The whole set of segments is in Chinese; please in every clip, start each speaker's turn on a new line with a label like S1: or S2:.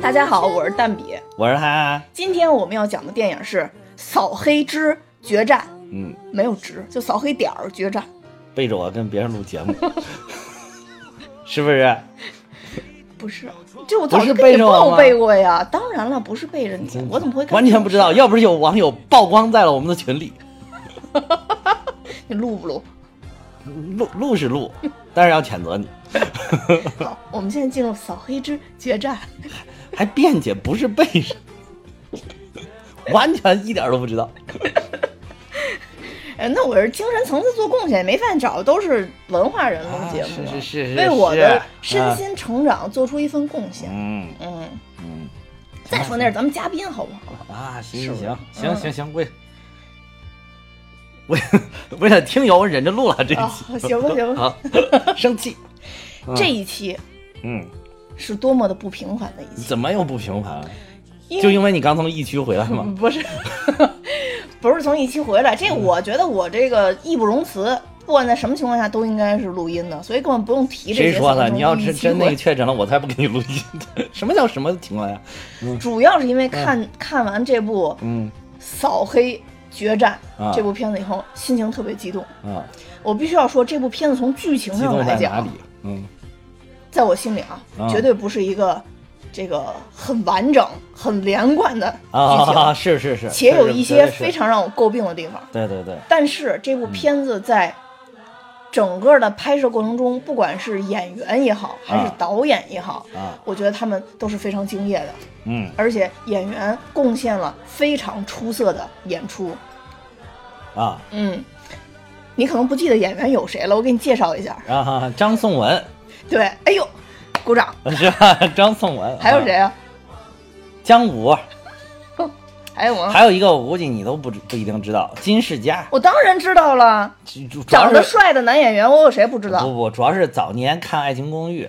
S1: 大家好，我是蛋比。
S2: 我是哈，
S1: 今天我们要讲的电影是《扫黑之决战》，
S2: 嗯，
S1: 没有直，就扫黑点儿决战。
S2: 背着我跟别人录节目， 是不是？
S1: 不是，这我早就
S2: 不是
S1: 跟
S2: 背啊
S1: 你
S2: 着我吗
S1: 报备过呀。当然了，不是背着你，我怎么会干
S2: 完全不知道？要不是有网友曝光在了我们的群里，
S1: 你录不录？
S2: 录录 是录，但是要谴责你，
S1: 好，我们现在进入扫黑之决战。
S2: 还辩解不是背着，完全一点都不知道。
S1: 哎，那我是精神层次做贡献，没饭找，都是文化人录节目，
S2: 啊是是是是，
S1: 为我的身
S2: 啊
S1: 心成长做出一份贡献。
S2: 嗯
S1: 嗯，
S2: 嗯
S1: 再说那是咱们嘉宾好不 好？
S2: 啊，行
S1: 是
S2: 行
S1: 不是
S2: 行
S1: 嗯
S2: 行行行，为为 为了听友，我忍着录了这一
S1: 啊
S2: 期，
S1: 行吧行吧
S2: 好，生气，嗯
S1: 这一期
S2: 嗯，
S1: 是多么的不平凡的一期，
S2: 怎么又不平凡？
S1: 因
S2: 就
S1: 为
S2: 因为你刚从疫区回来嘛，
S1: 不是 不是从一期回来，这
S2: 嗯
S1: 我觉得我这个义不容辞，不管在什么情况下都应该是录音的，所以根本不用提这些。
S2: 谁说了？
S1: 从
S2: 你要
S1: 一
S2: 真
S1: 期
S2: 真
S1: 回
S2: 那个确诊了，我才不给你录音。什么叫什么情况呀？
S1: 主要是因为看、看完这部《
S2: 嗯
S1: 扫黑决战》
S2: 啊
S1: 这部片子以后，心情特别激动。
S2: 啊，
S1: 我必须要说，这部片子从剧情
S2: 激
S1: 上
S2: 动
S1: 来
S2: 在哪里
S1: 讲，？
S2: 嗯，
S1: 在我心里啊，
S2: 啊
S1: 绝对不是一个这个很完整、很连贯的剧情，
S2: 啊，是是是，
S1: 且有
S2: 是
S1: 一些
S2: 是是
S1: 非常让我诟病的地方。
S2: 对对对，
S1: 但是这
S2: 嗯
S1: 部片子在整个的拍摄过程中，不管是演员也好，还是
S2: 啊
S1: 导演也好，
S2: 啊
S1: 我觉得他们都是非常敬业的，
S2: 嗯，
S1: 而且演员贡献了非常出色的演出。
S2: 啊
S1: 嗯，你可能不记得演员有谁了，我给你介绍一下。
S2: 啊，张颂文
S1: 对，哎呦，鼓掌。
S2: 是吧？张颂文，
S1: 还有谁
S2: 啊？
S1: 啊？
S2: 姜武，
S1: 还有吗？
S2: 还有一个我估计你都不知不一定知道，金世佳，
S1: 我当然知道了，
S2: 主主要
S1: 长得
S2: 是
S1: 帅的男演员，我有谁不知道？
S2: 不不，主要是早年看《爱情公寓》。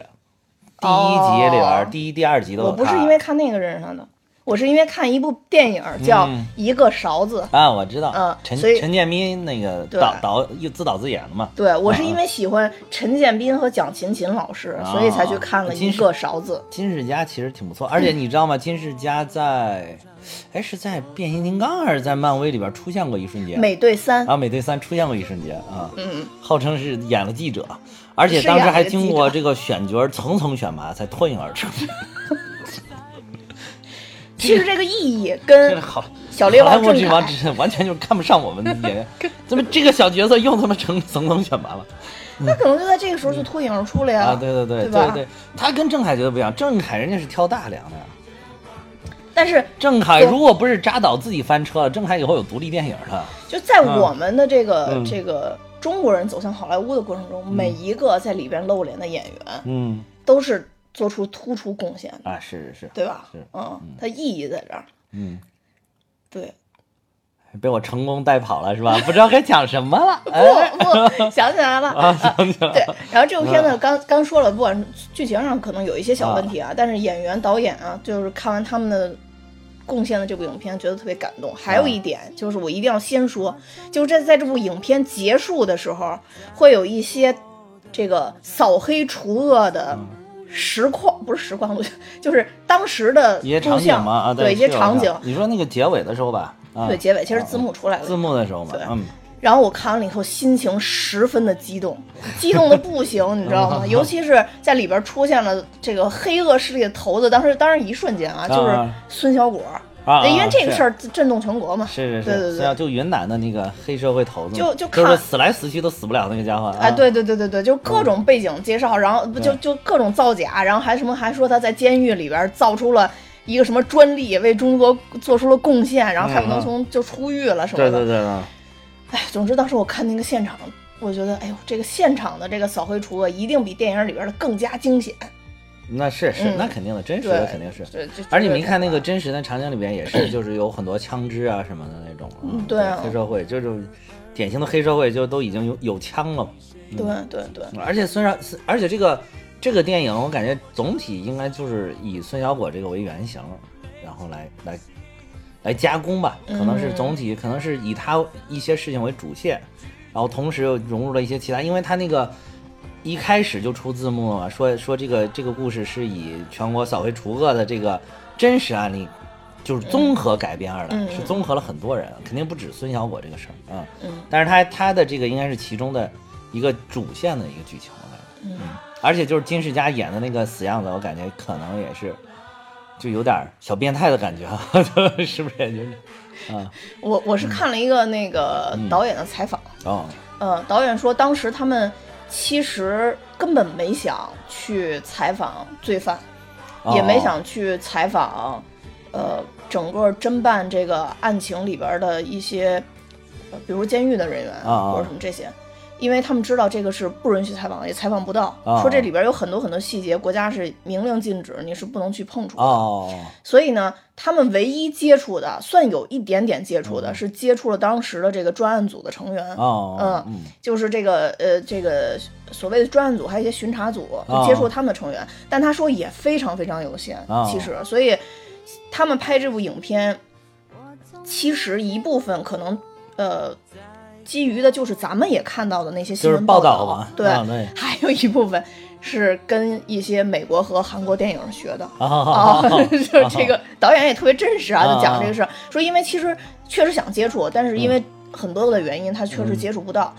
S2: 第一集里边，
S1: 哦
S2: 第一、第二集都啊有
S1: 我不是
S2: 他
S1: 因为看那个认识他的，我是因为看一部电影叫《
S2: 嗯
S1: 一个勺子》。
S2: 啊，我知道，
S1: 嗯
S2: 陈
S1: 所以
S2: 陈建斌那个
S1: 对
S2: 导导又自导自演的嘛，
S1: 对我是
S2: 啊
S1: 因为喜欢陈建斌和蒋勤勤老师，所以才去看了
S2: 啊
S1: 一
S2: 金
S1: 个勺子。
S2: 金世佳其实挺不错，而且你知道吗？金世佳在，
S1: 嗯
S2: 哎，是在变形金刚还是在漫威里边出现过一瞬间？
S1: 美队三，
S2: 啊，美队三出现过一瞬间啊，
S1: 嗯，
S2: 号称是演了记者，而且
S1: 是演了
S2: 当时还
S1: 记
S2: 经过
S1: 者
S2: 这个选角层层选拔才脱颖而出。
S1: 其实这个意义
S2: 真
S1: 跟
S2: 的 好，
S1: 小猎
S2: 好莱
S1: 豹
S2: 坞这
S1: 郑
S2: 帮
S1: 恺
S2: 真是完全就是看不上我们的演员，怎么这个小角色又他妈成层层选拔了？
S1: 他可能就在这个时候就脱颖而出了呀。
S2: 啊，对对对
S1: 对吧
S2: 对，他跟郑恺绝对不一样，郑恺人家是挑大梁的呀。
S1: 但是
S2: 郑恺
S1: 对
S2: 如果不是扎导自己翻车了，郑恺以后有独立电影了。
S1: 就在我们的这个、
S2: 嗯
S1: 这个中国人走向好莱坞的过程中，每一个在里边露脸的演员
S2: 嗯，
S1: 都是做出突出贡献的，
S2: 啊，是是是，
S1: 对吧
S2: 是？
S1: 嗯，它意义在这儿。
S2: 嗯，
S1: 对，
S2: 被我成功带跑了是吧？不知道该讲什么 了。哎，
S1: 不不，想起来了
S2: 啊，想起来
S1: 对
S2: 了。，
S1: 然后这部片
S2: 嗯
S1: 子刚刚说了，不管是剧情上可能有一些小问题啊，但是演员、导演啊，就是看完他们的贡献的这部影片，觉得特别感动。还有一点就是，我一定要先说，就是这在这部影片结束的时候，会有一些这个扫黑除恶的。
S2: 嗯
S1: 实况不是实况，我觉得就是当时的
S2: 一些
S1: 录
S2: 场景
S1: 像
S2: 嘛啊，
S1: 对一
S2: 是有
S1: 些场景，
S2: 你说那个结尾的时候吧，啊
S1: 对，结尾其实字幕出来了，
S2: 字幕的时候嘛
S1: 对，
S2: 嗯，
S1: 然后我看完了以后，心情十分的激动， 激动的不行，你知 道吗？尤其是在里边出现了这个黑恶势力的头子，当时当然一瞬间啊，
S2: 啊
S1: 就是孙小果，
S2: 啊，
S1: 哎因为这个事
S2: 儿
S1: 儿震动全国嘛。
S2: 是是
S1: 对
S2: 是，
S1: 对
S2: 是啊，
S1: 对。
S2: 就云南的那个黑社会头子嘛，
S1: 就就
S2: 就
S1: 看
S2: 是死来死去都死不了那个家伙啊
S1: 哎，对对对对对，就各种背景介绍，然后不就
S2: 嗯对
S1: 就各种造假，然后还什么还说他在监狱里边造出了一个什么专利，为中国做出了贡献，然后还不能
S2: 嗯嗯
S1: 从就出狱了什么
S2: 对
S1: 的。
S2: 对对对，
S1: 哎，总之当时我看那个现场，我觉得，哎呦，这个现场的这个扫黑除恶一定比电影里边的更加惊险。
S2: 那是是
S1: 嗯
S2: 那肯定的，真实
S1: 对
S2: 的肯定是。
S1: 对，这
S2: 而你没
S1: 嗯
S2: 看那个，真实的场景里边也是，就是有很多枪支啊什么的那种，
S1: 嗯
S2: 啊
S1: 对啊
S2: 黑社会就是典型的黑社会，就都已经有有枪了嘛。
S1: 对
S2: 嗯
S1: 对对，
S2: 而且孙少，而且这个这个电影，我感觉总体应该就是以孙小果这个为原型，然后来来来加工吧，可能是
S1: 嗯
S2: 总体、可能是以他一些事情为主线，然后同时又融入了一些其他，因为他那个。一开始就出字幕了嘛，说说这个这个故事是以全国扫黑除恶的这个真实案例，就是综合改编而来，
S1: 嗯嗯
S2: 是综合了很多人，肯定不止孙小果这个事儿啊。
S1: 嗯
S2: 但是他他的这个应该是其中的一个主线的一个剧情，我感觉。
S1: 嗯
S2: 而且就是金世佳演的那个死样子，我感觉可能也是，就有点儿小变态的感觉啊， 是不是？也就是，
S1: 我我
S2: 嗯
S1: 是看了一个那个导演的采访，
S2: 哦，
S1: 呃，导演说当时他们其实根本没想去采访罪犯，
S2: 哦
S1: 也没想去采访，呃，整个侦办这个案情里边的一些，呃比如监狱的人员
S2: 啊啊
S1: 或者什么这些，因为他们知道这个是不允许采访的，也采访不到。
S2: 啊
S1: 说这里边有很多很多细节，国家是明令禁止，你是不能去碰触的。
S2: 哦，哦
S1: 所以呢，他们唯一接触的，算有一点点接
S2: 嗯
S1: 触的，是接触了当时的这个专案组的成员。
S2: 哦
S1: 呃
S2: 哦，嗯
S1: 就是这个呃，这个所谓的专案组，还有一些巡查组，
S2: 啊
S1: 就接触他们的成员。但他说也非常非常有限，
S2: 啊
S1: 其实，所以他们拍这部影片，其实一部分可能呃，基于的就是咱们也看到的那些新
S2: 就是
S1: 闻
S2: 报
S1: 道
S2: 道嘛，
S1: 对，
S2: 啊对，
S1: 还有一部分是跟一些美国和韩国电影学的。
S2: 啊好
S1: 啊
S2: 好， 好
S1: 就是这个导演也特别真实啊，
S2: 啊
S1: 就讲这个事儿，说因为其实确实想接触，但是
S2: 嗯
S1: 因为很多的原因，他确实接触不到。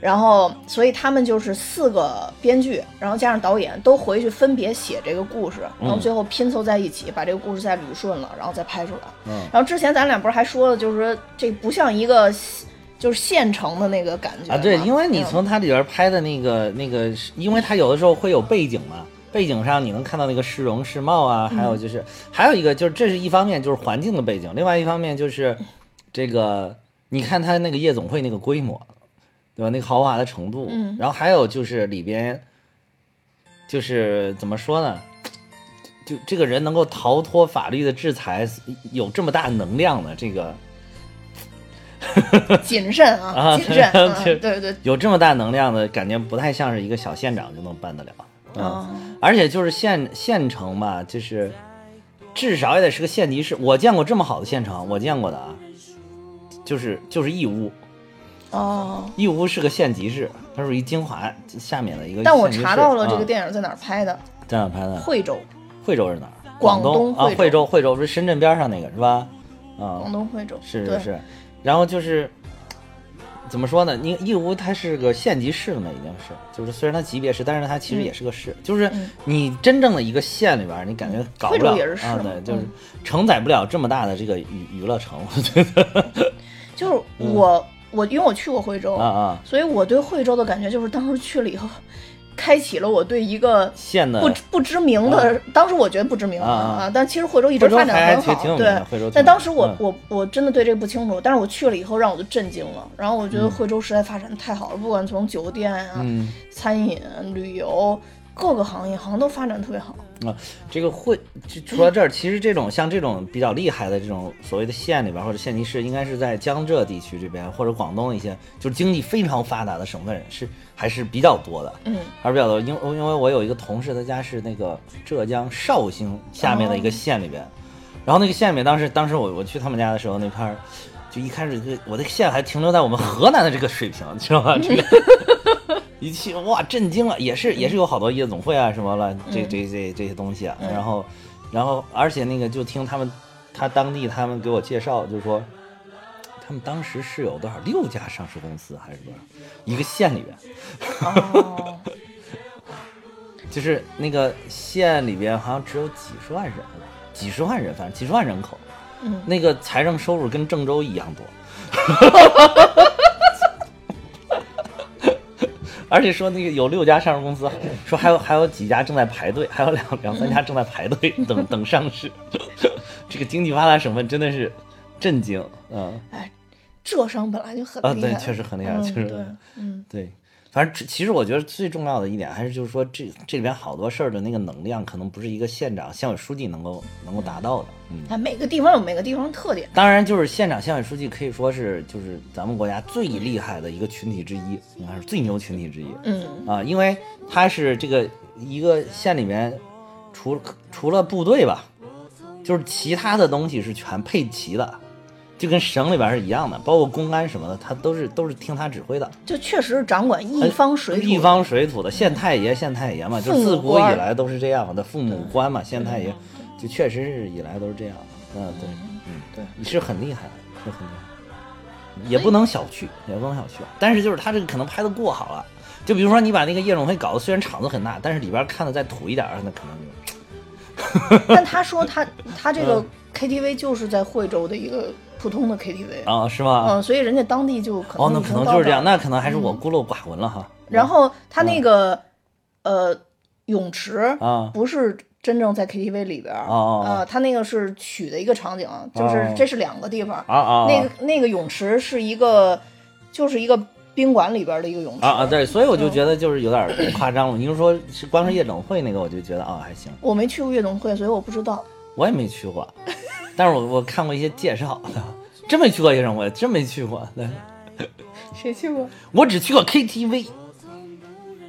S1: 然后，所以他们就是四个编剧，然后加上导演，都回去分别写这个故事，然后
S2: 嗯
S1: 最后拼凑在一起，把这个故事再捋顺了，然后再拍出来。
S2: 嗯
S1: 然后之前咱俩不是还说了，就是说这不像一个就是现成的那个感觉
S2: 啊，对，
S1: 吗
S2: 因为你
S1: 嗯
S2: 从它里边拍的那个那个是，因为它有的时候会有背景嘛，背景上你能看到那个市容市貌啊，
S1: 嗯
S2: 还有就是、还有一个就是这是一方面就是环境的背景，另外一方面就是这个你看它那个夜总会那个规模，对吧？那个豪华的程度，
S1: 嗯
S2: 然后还有就是里边就是怎么说呢？就这个人能够逃脱法律的制裁，有这么大能量的这个，
S1: 谨慎啊，
S2: 啊
S1: 谨慎，嗯
S2: 对
S1: 对对，
S2: 有这么大能量的感觉，不太像是一个小县长就能办得了。嗯，
S1: 啊，
S2: 而且就是县县城嘛，就是至少也得是个县级市。我见过这么好的县城，我见过的啊，就是就是义乌，
S1: 哦。
S2: 义乌是个县级市，它属于金华下面的一个县级市。
S1: 但我查到了这个
S2: 电
S1: 电影在哪儿拍的，
S2: 在哪拍的？
S1: 惠州。
S2: 惠州是哪儿？
S1: 广
S2: 东
S1: 东
S2: 啊，惠
S1: 惠
S2: 州，
S1: 州
S2: 惠州不是深圳边上那个是吧？啊、
S1: 广东惠州
S2: 是
S1: 对
S2: 是是，然后就是怎么说呢？你义乌它是个县级市了嘛，已经是，就是虽然它级别是，但是它其
S1: 嗯
S2: 实也是个市，就是你真正的一个县里边儿，你感觉搞不
S1: 惠州嗯
S2: 了
S1: 也是市
S2: 啊，
S1: 嘛
S2: 对，就是
S1: 嗯
S2: 承载不了这么大的这个娱娱乐城，我觉得
S1: 就是我、我因为我去过惠州，
S2: 嗯啊啊，
S1: 所以我对惠州的感觉就是当时去了以后，开启了我对一个
S2: 县的
S1: 不知不知名的，当时我觉得不知名
S2: 啊啊
S1: 但其实惠州一直
S2: 惠州
S1: 发展
S2: 还
S1: 得很
S2: 挺
S1: 好，
S2: 挺有名的嗯惠州
S1: 对。
S2: 挺
S1: 但当时
S2: 有
S1: 我、
S2: 名
S1: 我我真的对这个不清楚，但是我去了以后让我就震惊了。然后我觉得惠州实在发展的太好了，不管从酒店啊、
S2: 嗯。
S1: 餐饮、旅游各个行业，好像都发展得特别好。
S2: 啊，这个会就除了这儿，其实这种像这种比较厉害的这种所谓的县里边儿或者县级市，应该是在江浙地区这边或者广东一些就是经济非常发达的省份是还是比较多的，
S1: 嗯，
S2: 还是比较多。因为因为我有一个同事，他家是那个浙江绍兴下面的一个县里边，然后那个县里面当时当时我我去他们家的时候，那片儿就一开始就我的县还停留在我们河南的这个水平，你知道吗？这个。一去哇，震惊了，也是也是有好多夜总会啊什么了，这这这这些东西啊，
S1: 嗯
S2: 然后然后而且那个就听他们他当地他们给我介绍，就是说他们当时是有多少六家上市公司还是多少一个县里边，
S1: 哦，
S2: 就是那个县里边好像只有几十万人，几十万人，反正几十万人口，
S1: 嗯，
S2: 那个财政收入跟郑州一样多， 而且说那个有六家上市公司，说还有还有几家正在排队，还有两两三家正在排队等等上市， 这个经济发达省份真的是震惊，嗯
S1: 哎，浙商本来就很
S2: 啊，
S1: 厉害，
S2: 对，确实很厉害，
S1: 嗯
S2: 确实很厉
S1: 对
S2: 害。，
S1: 嗯
S2: 对，反正这其实我觉得最重要的一点还是就是说这这里边好多事儿的那个能量，可能不是一个县长、县委书记能够能够达到的。嗯，
S1: 哎，每个地方有每个地方的特点，
S2: 当然就是县长、县委书记可以说是就是咱们国家最厉害的一个群体之一，应该是最牛群体之一。
S1: 嗯
S2: 啊，因为他是这个一个县里面除除了部队吧，就是其他的东西是全配齐的。就跟省里边是一样的，包括公安什么的，他都是都是听他指挥的。
S1: 就确实是掌管一方水土，
S2: 一哎方水土的县太爷、县太爷嘛，就
S1: 父
S2: 自
S1: 母
S2: 古以
S1: 官嗯
S2: 来都是这样的，父母官嘛，县太爷，就确实是以来都是这样。嗯，对，嗯，对，是很厉害，是很厉害，也不能小觑，也不能小觑。但是就是他这个可能拍的过好了，就比如说你把那个夜总会搞得虽然场子很大，但是里边看的再土一点儿，那可能就。
S1: 但他说他他这
S2: 嗯
S1: 个 KTV 就是在惠州的一个普通的 KTV，
S2: 啊、是吗？
S1: 嗯，所以人家当地就嗯可能
S2: 哦，那
S1: 已
S2: 可
S1: 经
S2: 能
S1: 到
S2: 就是这
S1: 儿嗯
S2: 样，那可能还是我孤陋寡闻了哈。
S1: 然后他那个、呃泳池
S2: 啊
S1: 不是真正在 KTV 里边儿，
S2: 哦哦哦
S1: 呃，他那个是取的一个场景，就是
S2: 哦
S1: 这是两个地方。
S2: 啊啊，
S1: 那个那个泳池是一个，就是一个宾馆里边儿的一个泳池。
S2: 啊啊，对，所以我
S1: 嗯
S2: 就觉得就是有点儿夸张了。你就说是光是夜总会那个，我就觉得啊还行，
S1: 我没去过夜总会，所以我不知道。
S2: 我也没去过， 但是我我看过一些介绍的，真没去过夜总会，真没去过， 对
S1: 谁去过？
S2: 我只去过 KTV。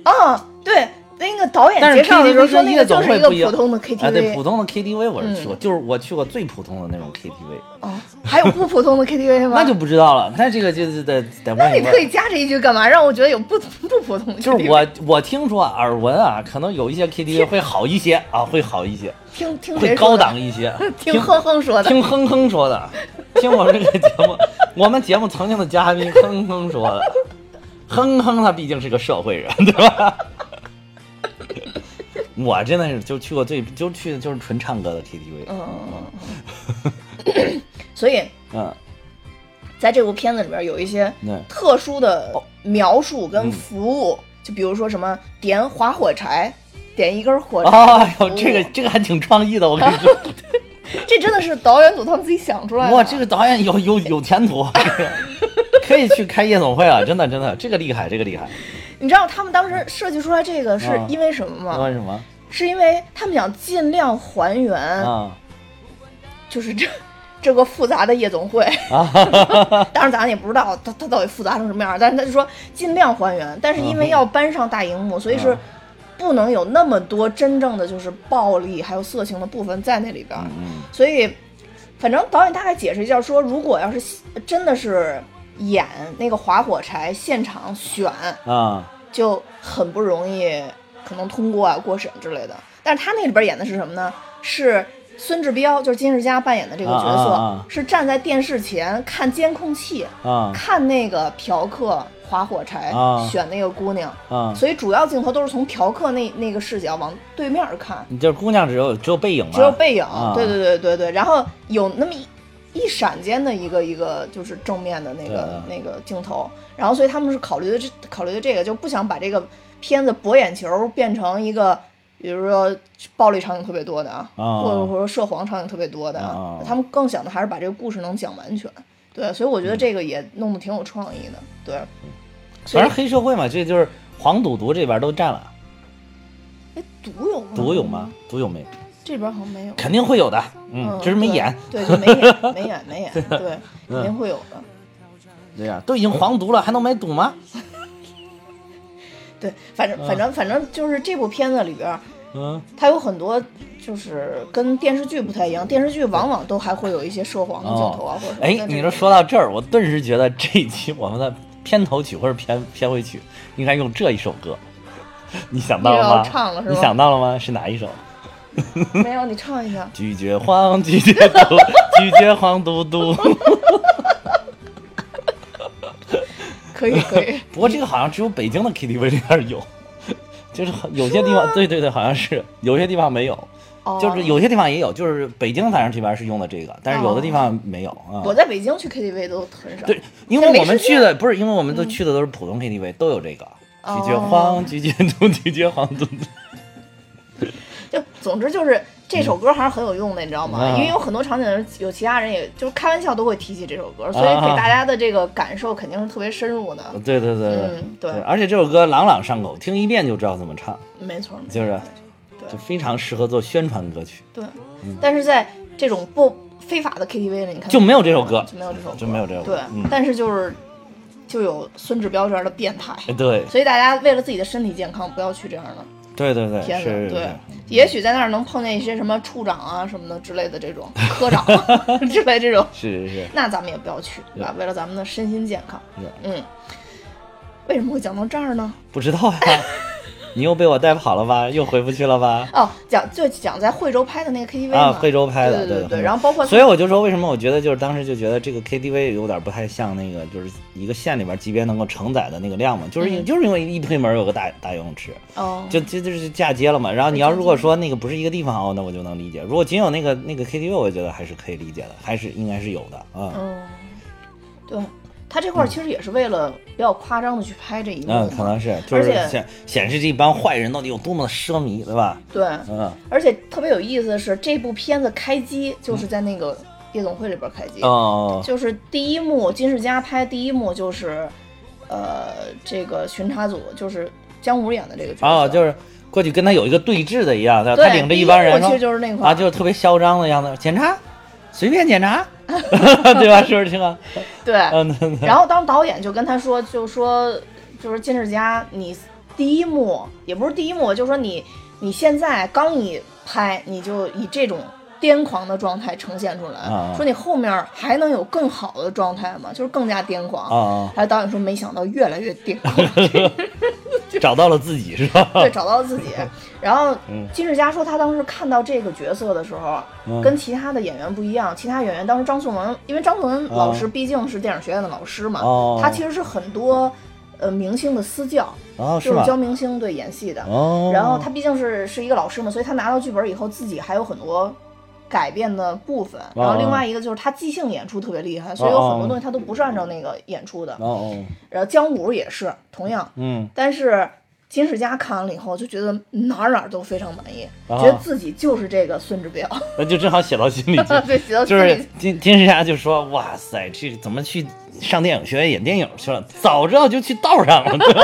S1: 啊，对，那个导演
S2: 但
S1: 哎介
S2: 是
S1: 绍的时候
S2: KTV
S1: 说
S2: 跟
S1: 那
S2: 夜
S1: 个就
S2: 总
S1: 是
S2: 会
S1: 一个
S2: 不一样，
S1: 普通的
S2: 啊，对，普
S1: KTV
S2: 通的 KTV 我是去过，
S1: 嗯
S2: 就是我去过最普通的那种 KTV，
S1: 啊，还有不普 通的 KTV 吗？
S2: 那就不知道了。那这个就是得
S1: 那
S2: 得问一
S1: 你特
S2: 问
S1: 意。加这一句干嘛？让我觉得 有不不普通的 KTV。
S2: 就是我我听说啊耳闻啊，可能有一些 KTV 会好一些啊，会好一些，
S1: 听听谁
S2: 会
S1: 说
S2: 高
S1: 的
S2: 档一些。
S1: 听哼哼说的。
S2: 听哼哼说的，听我这个节目， 我们节目曾经的嘉宾哼哼说的，哼哼他毕竟是个社会人， 对吧？我真的是就去过最就去的就是纯唱歌的 KTV，
S1: 嗯， 所以
S2: 嗯，
S1: 在这部片子里边有一些
S2: 对
S1: 特殊的描述
S2: 嗯
S1: 跟服务，就比如说什么点划火柴，点一根火柴。
S2: 哦哟，这个，这个还挺创意的，我跟你 说，
S1: 这真的是导演组他们自己想出来的。
S2: 哇，这个导演有有有前途，啊 可以去开夜总会啊了，真的真的，这个厉害，这个厉害，
S1: 你知道他们当时设计出来这个是
S2: 啊
S1: 因为什么吗？
S2: 那为什么
S1: 是因为他们想尽量还原，
S2: 啊
S1: 就是这 这个复杂的夜总会。
S2: 啊？
S1: 当然，咱也不知道它它到底复杂成什么样儿，但是他就说尽量还原。但是因
S2: 啊
S1: 为要搬上大荧幕，所以是
S2: 嗯
S1: 不能有那么多真正的就是暴力还有色情的部分在那里边儿。
S2: 嗯
S1: 所以，反正导演大概解释一下说，如果要是真的是演那个划火柴现场选，
S2: 啊
S1: 就很不容易，可能通过啊过审之类的。但是他那里边演的是什么呢？是孙志彪，就是金世佳扮演的这个角色，
S2: 啊啊啊
S1: 是站在电视前看监控器，
S2: 啊
S1: 看那个嫖客划火柴、
S2: 啊
S1: 选那个姑娘，
S2: 啊！
S1: 所以主要镜头都是从嫖客那那个视角往对面看，
S2: 你这姑娘只有只有背影吗？
S1: 只有背影。
S2: 啊
S1: 对对对对对，然后有那么一。一闪间的一个一个就是正面的那个那个镜头，然后所以他们是考虑的这考虑的这个，就不想把这个片子博眼球变成一个，比如说暴力场景特别多的啊，
S2: 啊
S1: 或者或者涉黄场景特别多的
S2: 啊
S1: 他们更想的还是把这个故事能讲完全。对，所以我觉得
S2: 嗯
S1: 这个也弄得挺有创意的。对，所
S2: 反
S1: 以
S2: 正黑社会嘛，这就是黄赌毒这边都占了，
S1: 哎，毒有吗？
S2: 毒有
S1: 嗯
S2: 吗？？毒有没？
S1: 这边好像没有。
S2: 肯定会有的，嗯，只是没演。嗯
S1: 对。对，就没演，没演， 没演。对，肯定会有的。
S2: 对呀，都已经黄毒了，还能买赌吗？
S1: 对，反正反正反正就是这部片子里边儿，
S2: 嗯，
S1: 它有很多就是跟电视剧不太一样，电视剧往往都还会有一些涉黄的镜头啊，或者什么。
S2: 哎，你这说到这儿，我顿时觉得这一期我们的片头曲或者片片尾曲应该用这一首歌， 你想到
S1: 又要
S2: 了
S1: 唱了
S2: 吗？
S1: 是吗
S2: 你想到了吗？是哪一首？。
S1: 没有，你唱一下
S2: 拒绝黄，拒绝毒， 拒绝黄嘟嘟。
S1: 可以可 以，
S2: 不过这个好像只有北京的 KTV 里边有，就是有些地方，对对对，好像是有些地方没有，
S1: 哦
S2: 就是有些地方也有，就是北京反正这边是用的这个，但是有的地方没有啊。
S1: 哦我在北京去 KTV 都很少。
S2: 对，因为我们去的不是，因为我们都
S1: 嗯
S2: 去的都是普通 KTV，都有这个。
S1: 哦
S2: 拒绝黄，拒绝毒，拒绝黄 毒。
S1: 就总之就是这首歌还是很有用的，你知道吗？
S2: 嗯
S1: 因为有很多场景有其他人也就是开玩笑都会提起这首歌，所以
S2: 啊
S1: 给大家的这个感受肯定是特别深入的。
S2: 对对对对、
S1: 嗯对
S2: 而且这首歌朗朗上口，听一遍就知道怎么唱，
S1: 没错，没错
S2: 就是
S1: 对
S2: 就非常适合做宣传歌曲，
S1: 对，但是在这种不非法的 KTV 里，你看
S2: 嗯就没有这首歌
S1: 就没有这首歌，
S2: 就没有这首歌
S1: 对，
S2: 嗯
S1: 但是就是就有孙志彪这样的变态，
S2: 哎对
S1: 所以大家为了自己的身体健康，不要去这样的
S2: 对对对，
S1: 片
S2: 是
S1: 子。
S2: 哎是
S1: 对
S2: 是，
S1: 也许在那儿能碰见一些什么处长啊什么的之类的这种科长 啊之类这种，
S2: 是是是，
S1: 那咱们也不要去，对吧？为了咱们的身心健康
S2: 对，
S1: 嗯。为什么会讲到这儿呢？
S2: 不知道呀、 你又被我带跑了吧？又回不去了吧？
S1: 哦，讲就讲在惠州拍的那个 KTV
S2: 啊，
S1: 嘛
S2: 惠州拍的，
S1: 对对
S2: 对
S1: 然后包 括
S2: 所以我就说，为什么我觉得就是当时就觉得这个 KTV 有点不太像那个，就是一个县里边级别能够承载的那个量嘛，就是因、
S1: 嗯
S2: 就是因为一推门有个大大游泳池，
S1: 哦，
S2: 就这这就是嫁接了嘛。然后你要如果说那个不是一个地方哦，那我就能理解。如果仅有那个那个 KTV，我觉得还是可以理解的，还是应该是有的啊。嗯
S1: 嗯，对，他这块儿其实也是为了比较夸张的去拍这一幕嘛，
S2: 可能是，就
S1: 而
S2: 是
S1: 且
S2: 显显示这帮坏人到底有多么的奢靡，对吧？
S1: 对，
S2: 嗯，
S1: 而且特别有意思的是，这部片子开机就是在那个夜总会里边开机，
S2: 嗯哦，
S1: 就是第一幕金世佳拍第一幕就是，呃，这个巡查组就是姜武演的这个角色，
S2: 哦，就是过去跟他有一个对峙的一样，他
S1: 对
S2: 他领着一帮人
S1: 第一幕
S2: 说
S1: 其实就是那块儿
S2: 啊，就是特别嚣张的样子，检查，随便检查， 对吧？是不是这个？
S1: 对，
S2: 嗯，对 对
S1: 然后当导演就跟他说，就说就是金世佳，你第一幕也不是第一幕，就说你你现在刚一拍，你就以这种癫狂的状态呈现出来，
S2: 啊啊
S1: 说你后面还能有更好的状态吗？就是更加癫狂。
S2: 啊啊，
S1: 还有导演说，没想到越来越癫 狂，
S2: 找到了自己是吧？
S1: 对，找到了自 己。然后
S2: 嗯
S1: 金世佳说，他当时看到这个角色的时候，
S2: 嗯
S1: 跟其他的演员不一样，其他演员当时张颂文，因为张颂文老师
S2: 哦
S1: 毕竟是电影学院的老师嘛，
S2: 哦
S1: 他其实是很多呃明星的私教，
S2: 哦，
S1: 就是
S2: 吗？
S1: 教明星对演戏的。
S2: 哦，
S1: 然后他毕竟是是一个老师嘛，所以他拿到剧本以后，自己还有很多改变的部分。
S2: 哦
S1: 然后另外一个就是他即兴演出特别厉害，所以有很多东西他都不是按照那个演出的。
S2: 哦哦，
S1: 然后姜武也是同样，
S2: 嗯，
S1: 但是金世佳看完了以后就觉得哪儿哪儿都非常满意，
S2: 啊
S1: 觉得自己就是这个孙志彪，
S2: 那就正好写到心 里去。
S1: 对，觉得自
S2: 就
S1: 己
S2: 是金金世佳就说：“哇塞，这怎么去上电影学院演电影去了？早知道就去道上了，对吧？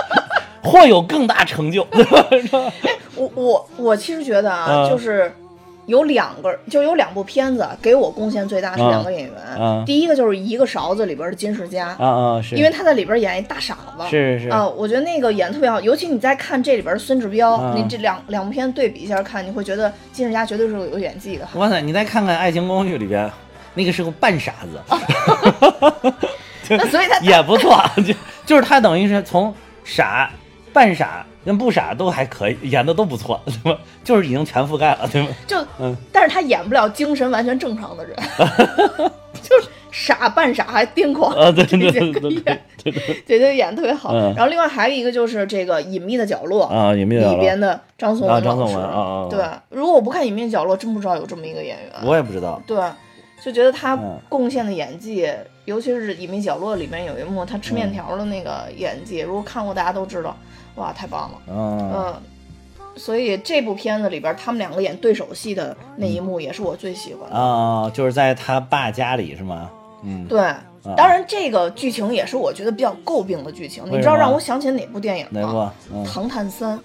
S2: 或有更大成就，对吧是吧
S1: 我我我其实觉得啊，
S2: 嗯
S1: 就是有两个，就有两部片子给我贡献最大是
S2: 嗯
S1: 两个演员。
S2: 嗯
S1: 第一个就是《一个勺子》里边的金世佳，
S2: 啊啊，是，
S1: 因为他在里边演一大傻子。
S2: 是是是
S1: 啊、我觉得那个演得特别好，尤其你再看这里边孙志彪，
S2: 嗯
S1: 你这两两部片对比一下看，你会觉得金世佳绝对是有演 技的。
S2: 哇塞，你再看看《爱情公寓》里边，那个是个半傻子，
S1: 那所以 他
S2: 也不错，就就是他等于是从傻、半傻跟不傻都还可以，演的都不错， 对吧？就是已经全覆盖了，对吧？
S1: 就，
S2: 嗯
S1: 但是他演不了精神完全正常的 人，就是傻半傻还癫狂。
S2: 啊，对
S1: 这
S2: 对
S1: 些
S2: 对
S1: 可以啊
S2: 对对对对，
S1: 对对，演得特别好。
S2: 嗯
S1: 然后另外还有一个就是这个《隐秘的角落》
S2: 啊，隐秘的角
S1: 里边
S2: 落，
S1: 的张颂文
S2: 啊张颂
S1: 老师
S2: 文啊啊啊
S1: 对，如果我不看《隐秘角落》，真不知道有这么一个演员。
S2: 我也不知道，
S1: 对，就觉得他
S2: 嗯
S1: 贡献的演技，尤其是《隐秘角落》里面有一幕他吃
S2: 嗯
S1: 面条的那个演技，如果看过大家都知道，哇，太棒了。
S2: 嗯，
S1: 嗯，所以这部片子里边他们两个演对手戏的那一幕也是我最喜欢的。
S2: 嗯啊，就是在他爸家里是吗？嗯，
S1: 对，当然这个剧情也是我觉得比较诟病的剧情。你
S2: 为
S1: 知
S2: 什
S1: 道
S2: 么
S1: 让我想起哪部电影
S2: 哪
S1: 吗？
S2: 部？嗯
S1: 唐探三》。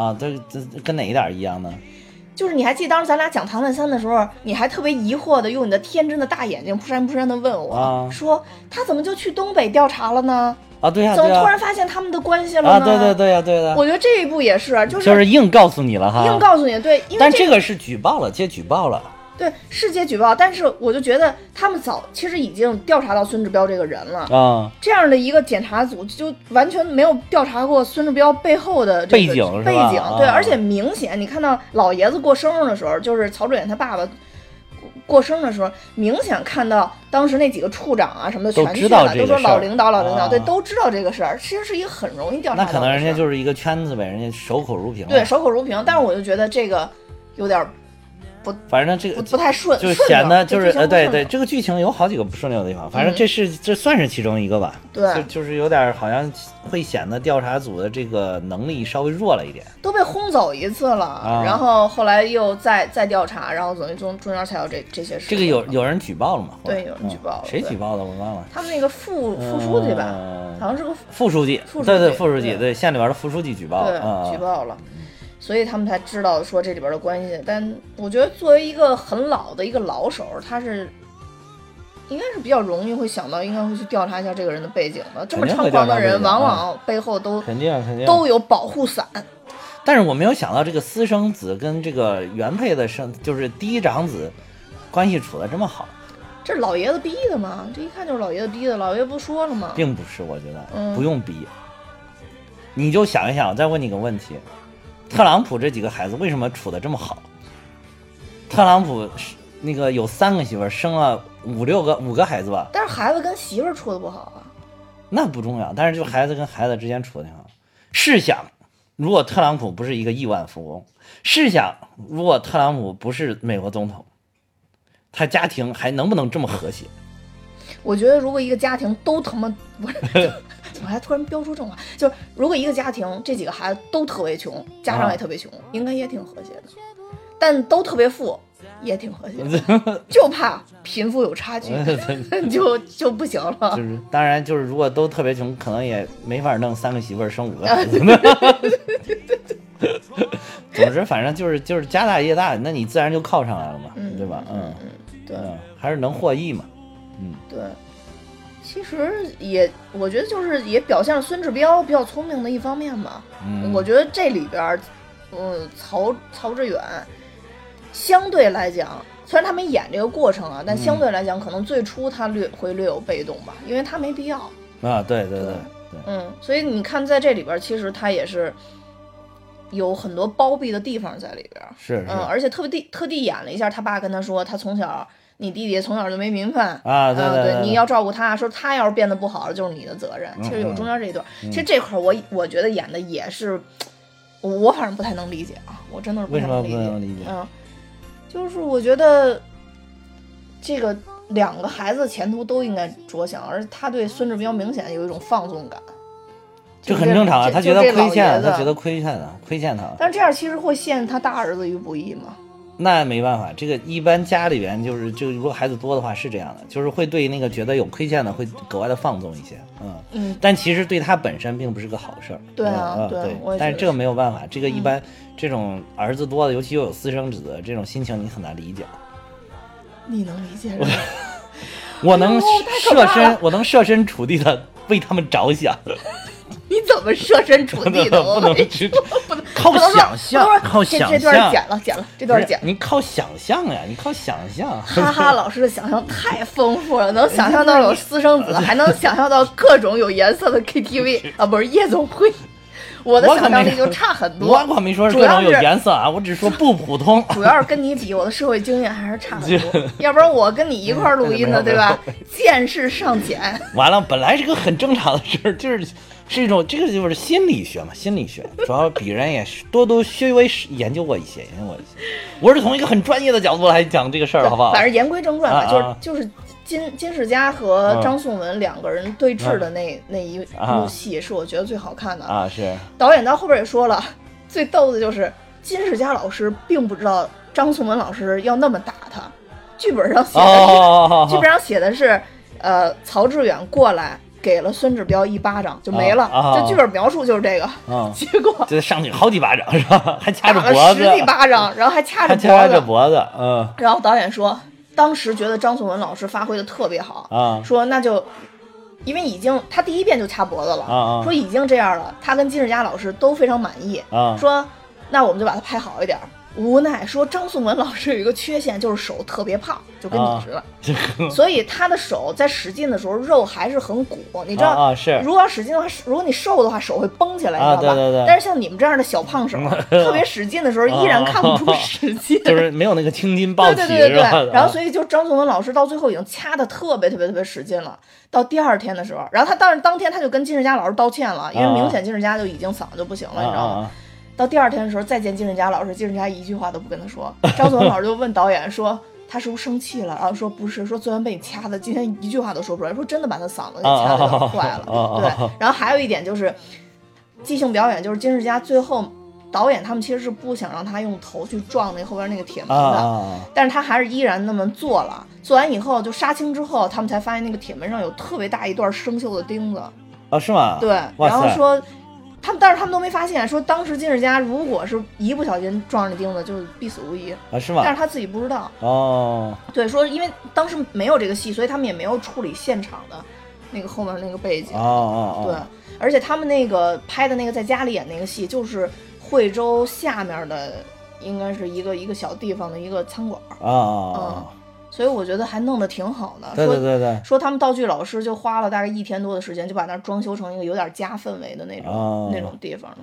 S2: 啊，这这这跟哪一点一样呢？
S1: 就是你还记得当时咱俩讲《唐探三》的时候，你还特别疑惑的用你的天真的大眼睛扑闪扑闪的问我，
S2: 啊
S1: 说他怎么就去东北调查了呢？
S2: 啊，对呀、
S1: 怎
S2: 对
S1: 么
S2: 呀、
S1: 突然发现他们的关系了呢？
S2: 啊，对对，对呀、对的、
S1: 我觉得这一部也是，啊就是
S2: 就是硬告诉你了哈，
S1: 硬告诉你，对，因为
S2: 但这个是举报了，接举报了。
S1: 对世界举报，但是我就觉得他们早其实已经调查到孙志彪这个人了。
S2: 啊，
S1: 这样的一个检查组就完全没有调查过孙志彪背后的这个
S2: 背景是吧
S1: 背景
S2: 啊
S1: 对，而且明显你看到老爷子过生日的时候，就是曹志远他爸爸过生日的时候，明显看到当时那几个处长啊什么的
S2: 都
S1: 全去
S2: 知道
S1: 了，
S2: 这
S1: 都
S2: 个
S1: 说
S2: 事儿
S1: 老领导老领导，
S2: 啊
S1: 对，都知道这个事儿，其实是一个很容易调查
S2: 那
S1: 到的
S2: 可能人家
S1: 事儿
S2: 就是一个圈子呗，人家守口如瓶。
S1: 对，守口如瓶，但是我就觉得这个有点儿
S2: 反正这
S1: 不
S2: 个
S1: 不太顺，
S2: 就是
S1: 顺溜
S2: 显得就是
S1: 这剧情
S2: 呃，
S1: 不顺
S2: 对
S1: 溜
S2: 对，这个剧情有好几个不顺溜的地方，反正这是、这算是其中一个吧。
S1: 嗯对
S2: 就就是有点好像会显得调查组的这个能力稍微弱了一点。
S1: 都被轰走一次了，
S2: 啊
S1: 然后后来又再再调查，然后等于中中间才有这这些事。
S2: 这个有有人举报了嘛？后来
S1: 对有人举报了
S2: 嗯谁
S1: 对
S2: 举报的我忘了。
S1: 他们那个副副书记吧，
S2: 嗯
S1: 好像是个
S2: 副书记，
S1: 副书记
S2: 对对，副书记，
S1: 对
S2: 对县里边的副书记举报
S1: 对
S2: 了，嗯
S1: 举报了，所以他们才知道说这里边的关系。但我觉得作为一个很老的一个老手，他是。应该是比较容易会想到，应该会去调查一下这个人的背景的。这么
S2: 肯定会
S1: 猖狂的
S2: 调查背
S1: 人，
S2: 景啊
S1: 往往背后都
S2: 肯定肯定啊
S1: 都有保护伞。
S2: 但是我没有想到这个私生子跟这个原配的生，就是嫡长子，关系处的这么好，
S1: 这是老爷子逼的嘛？这一看就是老爷子逼的。老爷子不说了吗？
S2: 并不是我觉得、
S1: 嗯
S2: 不用逼，你就想一想，我再问你个问题：特朗普这几个孩子为什么处的这么好？特朗普是那个有三个媳妇儿，生了五六个五个孩子吧？
S1: 但是孩子跟媳妇儿处的不好啊，
S2: 那不重要，但是就孩子跟孩子之间处的挺好。试想，如果特朗普不是一个亿万富翁，试想如果特朗普不是美国总统，他家庭还能不能这么和谐？
S1: 我觉得如果一个家庭都他妈， 不是，怎么还突然飙出正话？就是如果一个家庭这几个孩子都特别穷，家长也特别 穷，应该也挺和谐的，但都特别富，也挺和谐 的就怕贫富有差距， 就就不行了
S2: 就。是当然就是如果都特别穷，可能也没法弄三个媳妇儿生五
S1: 啊
S2: 个孩子呢。 总之，反正就是就是家大业大，那你自然就靠上来了嘛，对吧？嗯
S1: 对
S2: 嗯，还是能获益嘛。
S1: 对，其实也我觉得就是也表现了孙志彪比较聪明的一方面吧。
S2: 嗯，
S1: 我觉得这里边儿，嗯，曹曹致远相对来讲，虽然他没演这个过程啊，
S2: 嗯
S1: 但相对来讲，可能最初他略会略有被动吧，因为他没必要。
S2: 啊，对对对对，
S1: 嗯，所以你看，在这里边儿，其实他也是有很多包庇的地方在里边儿。
S2: 是是
S1: 嗯，而且特地特地演了一下，他爸跟他说，他从小你弟弟从小就没名分
S2: 啊对
S1: 嗯
S2: 对
S1: 对
S2: 对
S1: 你要照顾他，说他要是变得不好了，就是你的责任。其实有中间这一段，其实这块儿我我觉得演的也是，我我反正不太能理解啊，我真的是
S2: 为
S1: 太
S2: 什么
S1: 能理
S2: 不
S1: 解。
S2: 能理解
S1: 嗯，就是我觉得这个两个孩子的前途都应该着想，而他对孙志彪明显有一种放纵感，
S2: 这很正常啊。
S1: 就
S2: 他
S1: 就
S2: 觉得
S1: 这老
S2: 亏欠
S1: 爷
S2: 了，
S1: 子
S2: 他觉得亏欠了，亏欠他了。
S1: 但是这样其实会陷他大儿子于不义嘛。
S2: 那没办法，这个一般家里边就是就如果孩子多的话是这样的，就是会对那个觉得有亏欠的会格外的放纵一些，嗯
S1: 嗯，
S2: 但其实对他本身并不是个好事儿，
S1: 对啊
S2: 嗯嗯
S1: 对啊我
S2: 对，
S1: 也觉得
S2: 但是
S1: 嗯
S2: 这个没有办法，这个一般这种儿子多的，尤其又有私生子的这种心情，你很难理解。
S1: 你能理解人吗？
S2: 我能
S1: 哎哎呦太可
S2: 设
S1: 怕
S2: 身
S1: 了，
S2: 我能设身处地的为他们 着想，
S1: 你怎么设身处地的？
S2: 不
S1: 我
S2: 能
S1: 跟你
S2: 去
S1: 说哎不能
S2: 靠
S1: 不能说
S2: 想象
S1: 不能说
S2: 靠
S1: 这
S2: 想
S1: 这段
S2: 象
S1: 剪了，剪了，这
S2: 不
S1: 段
S2: 是
S1: 剪了。
S2: 你靠想象呀，你靠想象，
S1: 哈哈，老师的想象太丰富了，能想象到有私生子，还能想象到各种有颜色的 KTV 啊，不是夜总会。我的
S2: 我可
S1: 想象
S2: 没
S1: 力就差很多，
S2: 我可没说是
S1: 主
S2: 各
S1: 要
S2: 种有
S1: 是
S2: 颜色啊，我只是说不普通。
S1: 主要是跟你比，我的社会经验还是差很多，要不然我跟你一块儿录音呢，
S2: 没
S1: 对
S2: 有
S1: 吧？见识尚浅，
S2: 完了，本来是个很正常的事儿，就是是一种这个就是心理学嘛，心理学主要鄙人也是多多稍微研究过一些，研究过一些。我是从一个很专业的角度来讲这个事儿， 好不好？
S1: 反正言归正传吧，
S2: 啊
S1: 就是
S2: 啊
S1: 就是金金世佳和
S2: 嗯
S1: 张颂文两个人对峙的那、那一
S2: 啊
S1: 幕戏是我觉得最好看的。
S2: 啊，是
S1: 导演到后边也说了，最逗的就是金世佳老师并不知道张颂文老师要那么打他，剧本上写
S2: 哦
S1: 的是、
S2: 哦哦
S1: 剧本上写的是，呃，曹致远过来给了孙志彪一巴掌就没了，
S2: 啊啊啊
S1: 就剧本描述就是这个，
S2: 哦，嗯，
S1: 结果
S2: 就上去好几巴掌是吧？还掐
S1: 打
S2: 着
S1: 了
S2: 脖
S1: 十
S2: 子，
S1: 几巴掌，然后还掐着
S2: 还
S1: 脖子，
S2: 掐着脖子，嗯
S1: 然后导演说，当时觉得张颂文老师发挥的特别好，
S2: 啊
S1: 说那就，因为已经他第一遍就掐脖子了，
S2: 啊啊
S1: 说已经这样了，他跟金世佳老师都非常满意，
S2: 啊
S1: 说那我们就把它拍好一点儿。无奈说张颂文老师有一个缺陷，就是手特别胖，就跟
S2: 啊
S1: 你似 的，所以他的手在使劲的时候肉还是很鼓，你知道。
S2: 啊啊是
S1: 如果要使劲的话，如果你瘦的话，手会绷起来，
S2: 啊
S1: 你知道吧？
S2: 对对对
S1: 但是像你们这样的小胖 手，特别使劲的时候，依然看不出使劲。
S2: 啊就是没有那个青筋暴
S1: 对
S2: 起
S1: 对对对
S2: 是吧？啊
S1: 对，然后所
S2: 以
S1: 以就张颂文老师到最后已经掐的特别特别特别使劲了。到第二天的时候，然后他当当天他就跟金世佳老师道歉了，因为
S2: 啊
S1: 明显金世佳就已经嗓子就不行了，
S2: 啊
S1: 你知道吗？
S2: 啊
S1: 到第二天的时候再见金世佳老师，金世佳一句话都不跟他说。张颂文老师就问导演说。他是不是生气了？然后说不是，说昨天被你掐的，今天一句话都说不出来。说真的把他嗓子给掐的有点坏了。
S2: 啊啊啊啊啊啊
S1: 对，然后还有一点就是，即兴表演就是金世佳最后导演他们其实是不想让他用头去撞那后边那个铁门
S2: 啊
S1: 的，
S2: 啊啊！
S1: 但是他还是依然那么做了。做完以后就杀青之后，他们才发现那个铁门上有特别大一段生锈的钉子。
S2: 啊，是吗？
S1: 对，
S2: 哇
S1: 然后
S2: 塞
S1: 说他们，但是他们都没发现，说当时金世佳如果是一不小心撞上那钉子，就是必死无疑。
S2: 啊，是
S1: 但
S2: 吗
S1: 是？他自己不知道，
S2: 哦，
S1: 对，说因为当时没有这个戏，所以他们也没有处理现场的那个后面那个背景。
S2: 哦哦
S1: 对
S2: 哦，，
S1: 而且他们那个拍的那个在家里演那个戏，就是惠州下面的，应该是一个一个小地方的一个餐馆儿。
S2: 对，啊啊啊！
S1: 所以我觉得还弄得挺好的。
S2: 对对对对，
S1: 说他们道具老师就花了大概一天多的时间，就把那儿装修成一个有点家氛围的那种、
S2: 哦
S1: 那种地方了。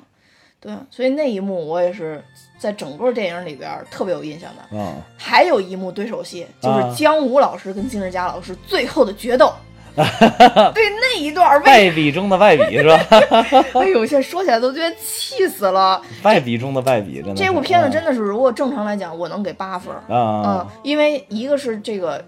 S1: 对，所以那一幕我也是在整个电影里边儿特别有印象的。
S2: 嗯，
S1: 还有一幕对手戏，就是
S2: 啊
S1: 姜武老师跟金志佳老师最后的决斗。对那一段儿，为
S2: 外比中的外比是吧？
S1: 哎呦，现在说起来都觉得气死了。
S2: 外比中的外比，真的是。
S1: 这部片子真的是，如果正常来讲，我能给八分儿。
S2: 啊
S1: 嗯
S2: 啊，
S1: 因为一个是这个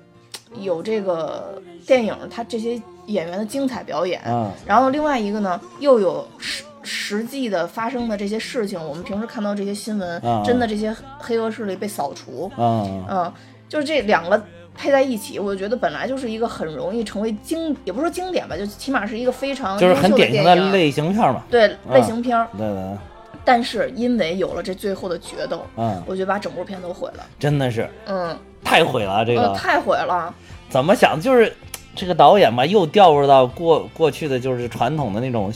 S1: 有这个电影它这些演员的精彩表演，
S2: 啊
S1: 然后另外一个呢又有实实际的发生的这些事情，我们平时看到这些新闻，
S2: 啊
S1: 真的这些黑恶势力被扫除，
S2: 啊啊！
S1: 嗯，就是这两个配在一起，我觉得本来就是一个很容易成为经，也不是说经典吧，就起码是一个非常
S2: 就是
S1: 优
S2: 很
S1: 秀
S2: 典型
S1: 电影
S2: 的类啊型片嘛。
S1: 对类型片儿，
S2: 对对对，
S1: 但是因为有了这最后的决斗，
S2: 嗯，
S1: 我觉得把整部片都毁了，
S2: 真的是
S1: 嗯，
S2: 太毁了啊这
S1: 呃
S2: 个。
S1: 太毁了，
S2: 怎么想就是这个导演吧，又掉入到过过去的就是传统的那种，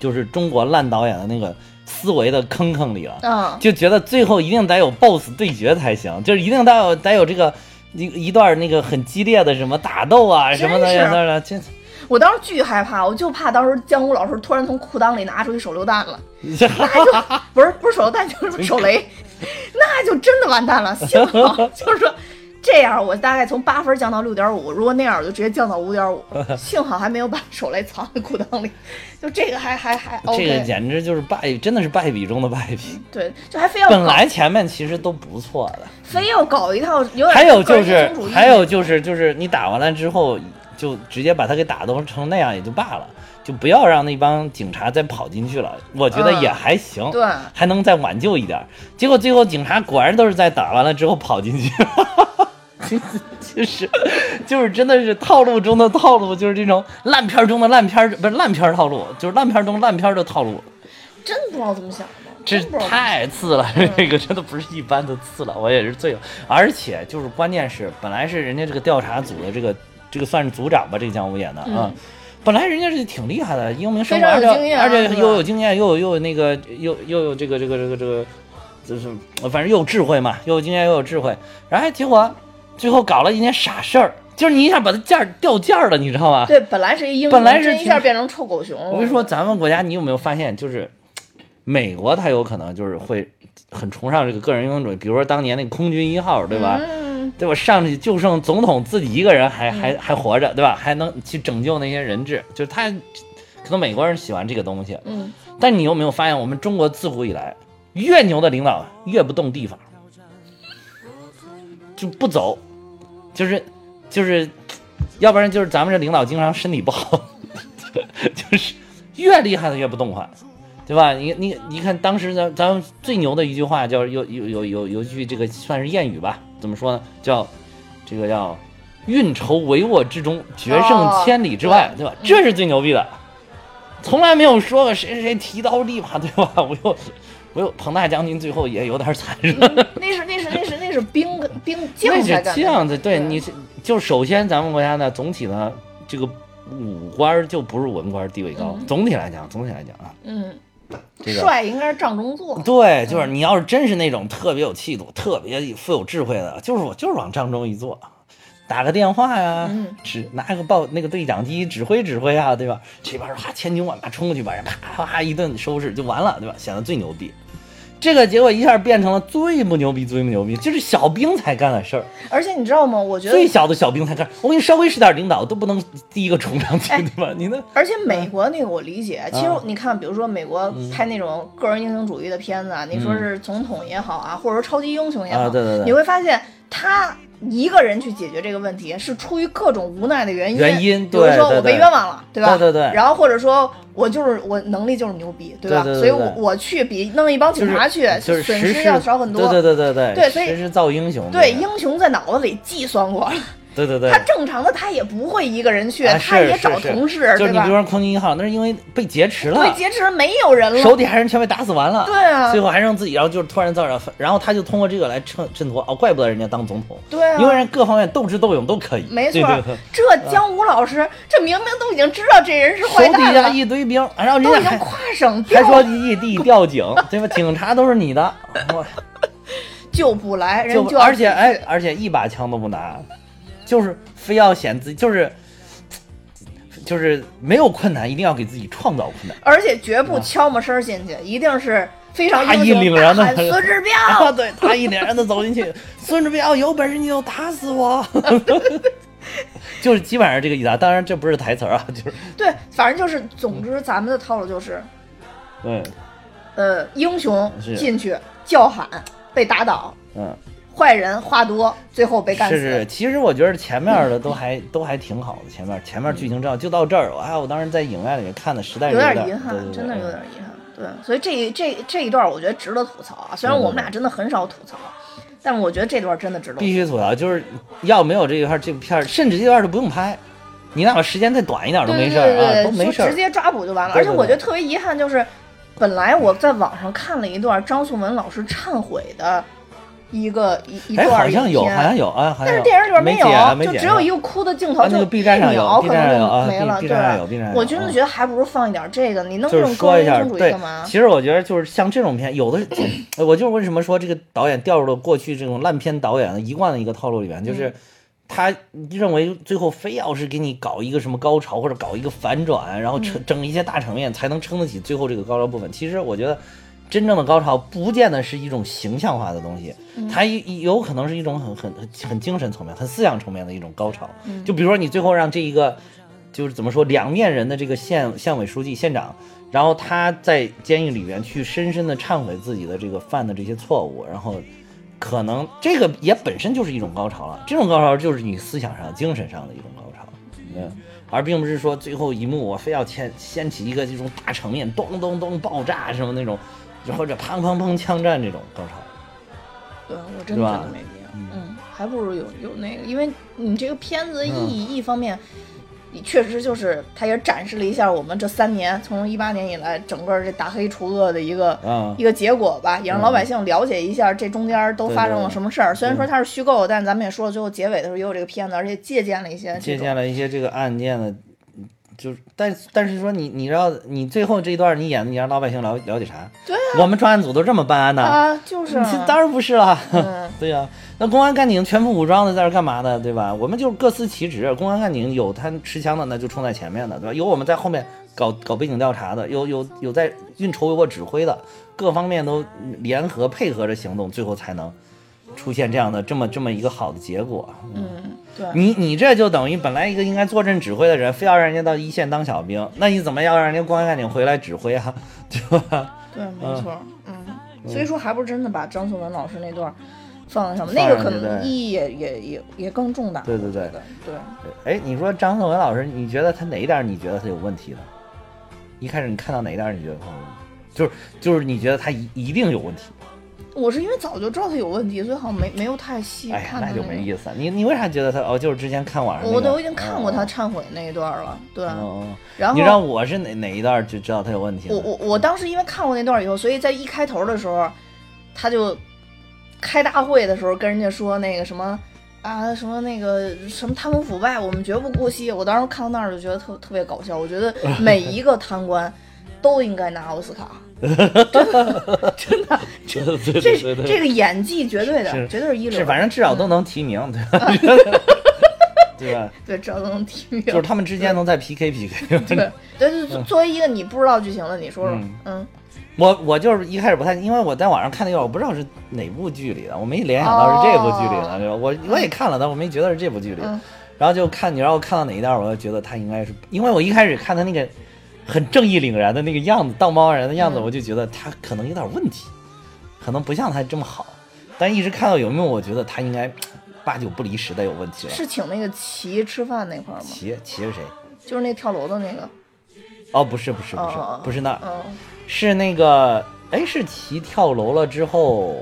S2: 就是中国烂导演的那个思维的坑坑里了。
S1: 嗯。
S2: 就觉得最后一定得有 BOSS 对决才行，就是一定得有得有这个一一段那个很激烈的什么打斗啊什么的，
S1: 真是
S2: 那那这
S1: 我当时巨害怕，我就怕到时候姜武老师突然从裤裆里拿出一手榴弹了，
S2: 这
S1: 那就不是不是手榴弹就是手 雷，那就真的完蛋了。幸好就是说这样，我大概从八分降到六点五，如果那样我就直接降到五 点五。幸好还没有把手雷藏在裤裆里，就这个还还还 OK。
S2: 这个简直就是败，真的是败笔中的败笔。
S1: 对，就还非要
S2: 本
S1: 搞
S2: 来前面其实都不错的，
S1: 非要搞一套有点
S2: 还有就
S1: 个人
S2: 是
S1: 英雄主义
S2: 还有就是就是你打完了之后，就直接把他给打斗成那样也就罢了，就不要让那帮警察再跑进去了，我觉得也还行。
S1: 嗯对。
S2: 还能再挽救一点儿。结果最后警察果然都是在打完了之后跑进去， 就是就是真的是套路中的套路，就是这种烂片儿中的烂片儿，不是烂片儿套路，就是烂片儿中烂片儿的套路。
S1: 真不知道怎么想的，嗯
S2: 这
S1: 真不知道怎么想
S2: 太次了， 这个真的不是一般的次了，我也是醉了。而且就是关键是，本来是人家这个调查组的这个这个算是组长吧，这个姜武演的啊。
S1: 嗯
S2: 本来人家是挺厉害的，英明神
S1: 非
S2: 武，
S1: 常
S2: 而
S1: 有经
S2: 且
S1: 验啊
S2: 而且
S1: 是吧
S2: 又有经验，又有又有那个又又有这个这个这个这个，就是反正又有智慧嘛，又有经验又有智慧。然后结果最后搞了一件傻事儿，就是你一下把他价儿掉价儿了，你知道吗？
S1: 对，本来是一英雄，
S2: 本来是
S1: 真一
S2: 挺
S1: 下变成臭狗熊了。
S2: 我跟你说，咱们国家你有没有发现，就是美国它有可能就是会很崇尚这个个人英雄主义，比如说当年那个空军一号，对吧？
S1: 嗯，
S2: 对吧？上去就剩总统自己一个人还还还活着，对吧？还能去拯救那些人质，就是他可能美国人喜欢这个东西。
S1: 嗯，
S2: 但你有没有发现，我们中国自古以来越牛的领导啊越不动地方，就不走，就是就是，要不然就是咱们这领导经常身体不好， 就是越厉害的越不动换。对吧？你你你看，当时咱咱们最牛的一句话叫有有有有有一句这个算是谚语吧？怎么说呢？叫这个叫运筹帷幄之中，决胜千里之外，
S1: 哦
S2: 对吧？这是最牛逼的，从来没有说过谁谁谁提刀立马，对吧？ 我又我又彭大将军最后也有点惨， 是吧？
S1: 那是那是那是那是兵兵将
S2: 那
S1: 才
S2: 是
S1: 干
S2: 这
S1: 的。
S2: 样子，对你是就首先咱们国家呢，总体呢这个武官就不是文官地位高，总体来讲，总体来讲啊，
S1: 嗯，
S2: 这个
S1: 帅应该是仗中做。
S2: 对，就是你要是真是那种特别有气度、特别富有智慧的，就是我就是往张中一坐，打个电话呀，
S1: 嗯
S2: 指拿个报那个对讲机指挥指挥啊，对吧？这边儿哗千军万马冲过去，把人啪啪一顿收拾就完了，对吧？显得最牛逼。这个结果一下变成了最不牛逼、最不牛逼，就是小兵才干的事儿，
S1: 而且你知道吗？我觉得
S2: 最，小的小兵才干。我给你稍微是点领导都不能第一个冲上去，
S1: 哎
S2: 对吧？你那
S1: 而且美国那个我理解。
S2: 嗯
S1: 其实你看，比如说美国拍那种个人英雄主义的片子啊，你说是总统也好啊，或者说超级英雄也好，
S2: 嗯啊对对对
S1: 你会发现他。一个人去解决这个问题，是出于各种无奈的原因。
S2: 原因
S1: 比如
S2: 对
S1: 说
S2: 对
S1: 我被
S2: 对
S1: 冤枉了，对吧？
S2: 对对对
S1: 然后或者说我就是我能力就是牛逼，对吧？
S2: 对对
S1: 所
S2: 对
S1: 以
S2: 对
S1: 我我去比弄一帮
S2: 就
S1: 警
S2: 是
S1: 察去，
S2: 就是
S1: 损
S2: 时
S1: 失
S2: 势
S1: 要少很多。
S2: 对对对对
S1: 对所以
S2: 时势造英雄，
S1: 对，
S2: 吧
S1: 英雄在脑子里计算过了，
S2: 对对对，
S1: 他正常的他也不会一个人去，
S2: 啊
S1: 他
S2: 是
S1: 也
S2: 是
S1: 找
S2: 是
S1: 同事，
S2: 就
S1: 对
S2: 是你比
S1: 吧
S2: 如？说空军一号，那是因为被劫持了，
S1: 对，劫持没有人
S2: 手
S1: 了，
S2: 底下人全被打死完了，
S1: 对啊
S2: 最后还剩自己，然后就是突然造成，然后他就通过这个来衬衬托，哦，怪不得人家当总统，
S1: 对啊
S2: 因为人各方面斗智斗勇都可以，
S1: 没
S2: 对
S1: 错儿
S2: 对对。
S1: 这姜武老师，这明明都已经知道这人是坏
S2: 手底
S1: 蛋
S2: 下
S1: 了，
S2: 一堆兵，然后人
S1: 都已
S2: 家
S1: 经
S2: 还
S1: 跨省
S2: 还
S1: 调
S2: 说
S1: 了，
S2: 异地调警，对吧？警察都是你的，我
S1: 救不来， 人
S2: 就
S1: 就要
S2: 而且哎，而且一把枪都不拿，就是非要显自己就是就是没有困难，一定要给自己创造困难。
S1: 而且绝
S2: 嗯
S1: 不悄没声儿进去，一定是非常
S2: 大
S1: 英
S2: 义凛
S1: 雄
S2: 然
S1: 大喊
S2: 的
S1: 孙 志彪，
S2: 啊，对他一脸让他走进去，孙志
S1: 哦
S2: 彪有本事你就打 死我，就是基本上这个意思啊。当然这不是台词儿啊， 就是
S1: 对，反正就是，
S2: 嗯
S1: 总之咱们的套路就是，
S2: 对，
S1: 呃，英雄
S2: 是
S1: 进去叫喊被打倒，
S2: 嗯，
S1: 坏人话多，最后被干死。
S2: 是是。其实我觉得前面的都还都还挺好的，前面前面剧情这样就到这儿。哎，我当时在影院里面看的，实在是
S1: 有
S2: 点
S1: 点遗憾
S2: 对，哎对
S1: 真的
S2: 对嗯
S1: 有点遗憾。对，所以这一这这一段我觉得值得吐槽啊。虽然我们俩真的很少吐槽，但我觉得这段真的值得吐
S2: 必
S1: 槽。
S2: 须吐槽，就是要没有这一块，这部片儿甚至这段儿都不用拍，你哪怕时间再短一点儿都
S1: 对
S2: 没
S1: 对
S2: 事儿啊，
S1: 对
S2: 都
S1: 对，
S2: 没
S1: 就
S2: 事儿
S1: 直。接抓捕就完了。
S2: 对
S1: 而
S2: 对
S1: 且我觉得特别遗憾就是，本来我在网上看了一段张颂文老师忏悔的一个一一
S2: 哎，
S1: 段
S2: 好
S1: 影
S2: 像有，
S1: 片
S2: 好像有啊，好像
S1: 但
S2: 有
S1: 是电影里边
S2: 没
S1: 有，
S2: 剪啊没
S1: 就
S2: 剪
S1: 只有
S2: 啊
S1: 一个哭的镜头，
S2: 啊
S1: 就
S2: 那个 B 站上有
S1: 一秒可
S2: B 站上有啊
S1: 能就没了，
S2: B
S1: 对
S2: 站上有
S1: 吧
S2: B 站上？有啊
S1: 我真的觉得还不如放一点这个，你弄这
S2: 就是
S1: 种
S2: 说
S1: 高
S2: 一
S1: 音
S2: 下
S1: 公主义
S2: 对
S1: 干嘛，？
S2: 其实我觉得就是像这种片，有的， 哎我就是为什么说这个导演掉入了过去这种烂片导演的一贯的一个套路里面，
S1: 嗯
S2: 就是他认为最后非要是给你搞一个什么高潮或者搞一个反转，然后
S1: 嗯
S2: 整整一些大场面才能撑得起最后这个高潮部分。其实我觉得。真正的高潮不见得是一种形象化的东西，
S1: 嗯
S2: 它一有可能是一种很很很很精神层面、很思想层面的一种高潮。
S1: 嗯
S2: 就比如说你最后让这一个就是怎么说两面人的这个县县委书记、县长，然后他在监狱里面去深深的忏悔自己的这个犯的这些错误，然后可能这个也本身就是一种高潮了，这种高潮就是你思想上、精神上的一种高潮，嗯，而并不是说最后一幕我非要掀掀起一个这种大场面，咚咚咚爆炸什么那种，或者砰砰砰枪战这种高潮。
S1: 对，我真的
S2: 是
S1: 觉
S2: 吧
S1: 得没必要。嗯，还不如有有那个，因为你这个片子的
S2: 嗯
S1: 意义一方面，你确实就是它也展示了一下我们这三年，从一八年以来整个这打黑除恶的一个
S2: 嗯
S1: 一个结果吧，也让老百姓了解一下这中间都
S2: 对
S1: 发
S2: 对
S1: 生了
S2: 对嗯
S1: 什么事儿。虽然说它是虚构，但咱们也说了，最后结尾的时候也有这个片子，而且借鉴了一些这
S2: 借
S1: 种
S2: 鉴了一些这个案件的，就是但但是说你你知道你最后这一段你演的，你让老百姓了了解啥？
S1: 对
S2: 我们专案组都这么办案的，
S1: 啊，就是啊
S2: 这当然不是了。
S1: 嗯
S2: 对呀、那公安干警全副武装的在这儿干嘛呢？对吧？我们就是各司其职，公安干警有他持枪的，那就冲在前面的，对吧？有我们在后面搞搞背景调查的，有有有在运筹帷幄指挥的，各方面都联合配合着行动，最后才能出现这样的这么这么一个好的结果。啊
S1: 嗯，对。
S2: 你你这就等于本来一个应该坐镇指挥的人，非要让人家到一线当小兵，那你怎么要让人家公安干警回来指挥啊？对吧？
S1: 对，没错，嗯，所以说还不是真的把张颂文老师那段儿放在上面，
S2: 放
S1: 那个
S2: 上
S1: 可
S2: 去
S1: 能
S2: 对
S1: 意义也也也也更重大。
S2: 对对对。
S1: 对，
S2: 哎，你说张颂文老师，你觉得他哪一点儿你觉得他有问题呢？一开始你看到哪一点儿你觉得他有问题？就是就是你觉得他一一定有问题？
S1: 我是因为早就知道他有问题，所以好像没没有太细
S2: 哎呀，
S1: 看他
S2: 那就没
S1: 个。
S2: 意思了。你你为啥觉得他？哦，就是之前看网上、那个、
S1: 我都已经看过他
S2: 哦。
S1: 忏悔那一段儿了，对。
S2: 哦
S1: 然
S2: 你知道
S1: 后
S2: 我是哪哪一段儿就知道他有问题了？
S1: 我我我当时因为看过那段儿以后，所以在一开头的时候，他就开大会的时候跟人家说那个什么。啊，什么那个什么贪污腐败，我们绝不姑息。我当时看到那儿就觉得特特别搞笑，我觉 得每一个贪官都应该拿奥斯卡，这
S2: 对对对对对
S1: 这个演技绝对的，
S2: 是
S1: 绝对是一流
S2: 是
S1: 的。
S2: 反正至少都能提名，对吧？ 对吧？
S1: 对，只要都能提名，
S2: 就是他们之间能再 PK PK。
S1: 对，对，就作为一个你不知道剧情的，你说说
S2: 嗯，
S1: 嗯，
S2: 我我就是一开始不太，因为我在网上看那个，我不知道是哪部剧里的，我没联想到是这部剧里的，
S1: 哦
S2: 对吧？我我也看了，但我没觉得是这部剧里的。
S1: 嗯
S2: 然后就看你让我看到哪一段，我就觉得他应该是，因为我一开始看他那个很正义凛然的那个样子，道貌岸然的样子，
S1: 嗯
S2: 我就觉得他可能有点问题，可能不像他这么好。但一直看到有没有，我觉得他应该八九不离十的有问题了。
S1: 是请那个齐吃饭那块儿吗？
S2: 骑骑是谁？
S1: 就是那跳楼的那个，
S2: 哦，不是不是不是、
S1: 哦哦哦
S2: 不是那儿，
S1: 嗯，
S2: 是那个，哎，是骑跳楼了之后，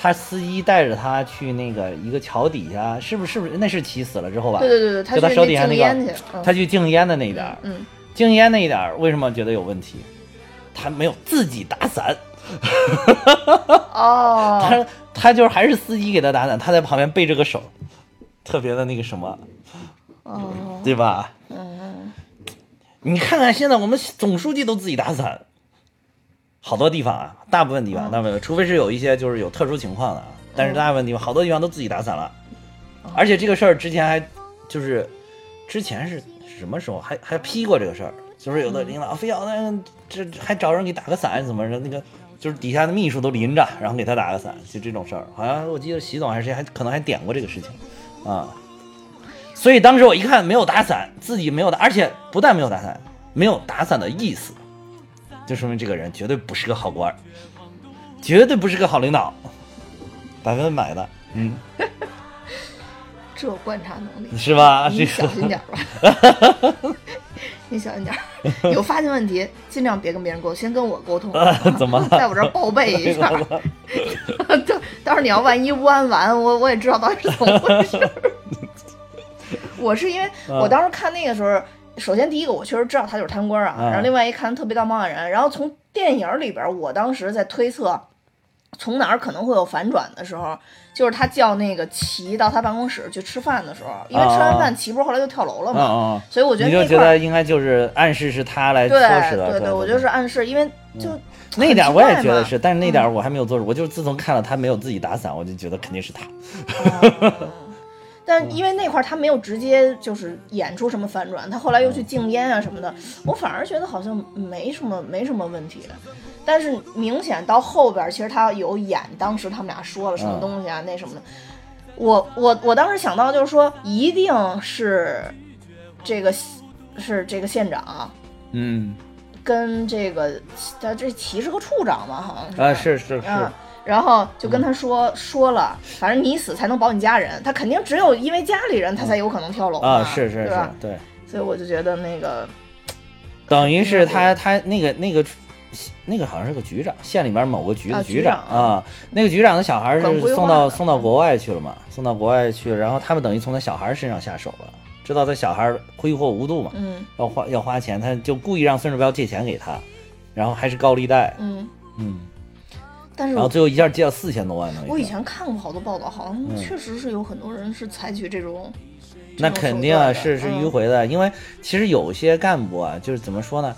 S2: 他司机带着他去那个一个桥底下，是不是？是不是？那是骑死了之后吧？
S1: 对对对对，他
S2: 就
S1: 去
S2: 他手底下
S1: 那
S2: 那
S1: 禁烟去嗯
S2: 个，，他
S1: 去
S2: 去静烟的那一点儿，
S1: 嗯，
S2: 静烟那一点儿为什么觉得有问题？他没有自己打伞，
S1: 哦，
S2: 他他就是还是司机给他打伞，他在旁边背着个手，特别的那个什么，
S1: 哦，
S2: 对吧？
S1: 嗯，
S2: 你看看现在我们总书记都自己打
S1: 嗯
S2: 伞，好多地方啊，大部分地方，大部分，除非是有一些就是有特殊情况的啊，但是大部分
S1: 嗯
S2: 地方好多地方都自己打伞了，
S1: 哦
S2: 而且这个事儿之前还就是之前是什么时候还还批过这个事儿，就是
S1: 嗯
S2: 有的领导非要那这还找人给打个伞怎么着那个。就是底下的秘书都淋着，然后给他打个伞，就这种事儿，好像我记得习总还是谁还可能还点过这个事情，啊、所以当时我一看没有打伞，自己没有打，而且不但没有打伞，没有打伞的意思，就说明这个人绝对不是个好官儿，绝对不是个好 领导，百分百的，嗯，
S3: 这有观察能力，
S2: 是吧？这
S3: 你
S2: 个
S3: 小心点儿 吧，你小心点儿，有发现问题尽量别跟别人沟，先跟我沟 通，
S2: 啊怎么了？
S3: 在我这儿报备一下。到到时候你要万一弯完，我我也知道到底是怎么回事儿。
S1: 我是因为
S2: 啊
S1: 我当时看那个时候，首先第一个我确实知道他就是贪官啊，
S2: 嗯
S1: 然后另外一看特别道貌岸然，然后从电影里边，我当时在推测从哪儿可能会有反转的时候，就是他叫那个齐到他办公室去吃饭的时候，因为吃完
S2: 啊
S1: 饭齐不是后来就跳楼了
S2: 嗯
S1: 嘛，
S2: 嗯，
S1: 所以我觉
S2: 你
S1: 得
S2: 就
S1: 那
S2: 觉
S1: 块儿
S2: 得应该就是暗示是他来
S1: 对
S2: 唆使的，
S1: 对
S2: 对，
S1: 我觉得是暗示，因为就
S2: 那
S1: 很
S2: 点
S1: 奇
S2: 我也
S1: 怪
S2: 觉得
S1: 嘛
S2: 是，但是那点我还没有做出，我就是自从看了他没有自己打伞，我就觉得肯定是他，嗯
S1: 但因为那块儿他没有直接就是演出什么反转，他后来又
S2: 嗯
S1: 去禁烟啊什么的，我反而觉得好像没什么没什么问题。但是明显到后边儿，其实他有演当时他们俩说了什么
S2: 嗯
S1: 东西啊，那什么的。我我我当时想到就是说，一定是这个是这个县长
S2: 嗯，
S1: 跟这个他这齐是个处长嘛，好像是
S2: 啊，嗯是是是，
S1: 嗯，然后就跟他说、说了，反正你死才能保你家人，他肯定只有因为家里人他才有可能跳楼嘛
S2: 啊，是是
S1: 对
S2: 是
S1: 吧？，
S2: 对。
S1: 所以我就觉得那个
S2: 等于是他他那个那个那个好像是个局长，县里面某个局的
S1: 啊
S2: 局
S1: 局
S2: 长
S1: 长
S2: 啊，那个局长的小孩
S1: 管
S2: 是
S1: 规划
S2: 送到
S1: 的
S2: 送到国外去了嘛，送到国外去，然后他们等于从他小孩身上下手了，知道他小孩挥霍无度嘛，
S1: 嗯
S2: 要花要花钱，他就故意让孙志彪借钱给他，然后还是高利贷，
S1: 嗯，
S2: 嗯，
S1: 但是
S2: 然后
S1: 我
S2: 最后一下借了四千多万呢，
S1: 嗯我以前看过好多报道，好像确实是有很多人是采取这种。
S2: 那
S1: 这种
S2: 肯
S1: 手
S2: 定啊，
S1: 段的
S2: 是是
S1: 嗯
S2: 迂回的，因为其实有些干部啊，就是怎么说呢，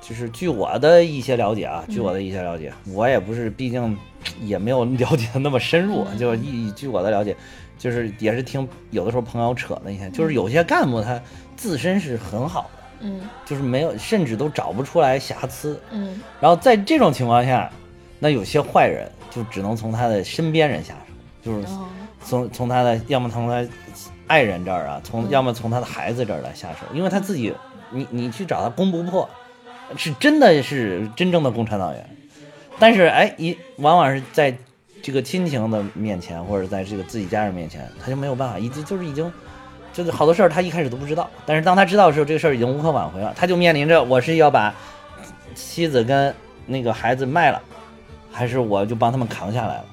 S2: 就是据我的一些了解啊，据我
S1: 嗯
S2: 的一些了解，我也不是，毕竟也没有了解的那么深入啊，就是
S1: 嗯
S2: 一据我的了解，就是也是听有的时候朋友扯那些，就是有些干部他自身是很好的，
S1: 嗯
S2: 就是没有，甚至都找不出来瑕疵，
S1: 嗯
S2: 然后在这种情况下，那有些坏人就只能从他的身边人下手，就是
S1: 哦
S2: 从从他的，要么从他爱人这儿啊，从要么从他的孩子这儿来下手，因为他自己，你你去找他攻不破，是真的是真正的共产党员，但是哎，一往往是在这个亲情的面前，或者在这个自己家人面前，他就没有办法，已经就是已经。就是好多事儿，他一开始都不知道，但是当他知道的时候，这个事儿已经无可挽回了。他就面临着我是要把妻子跟那个孩子卖了，还是我就帮他们扛下来了？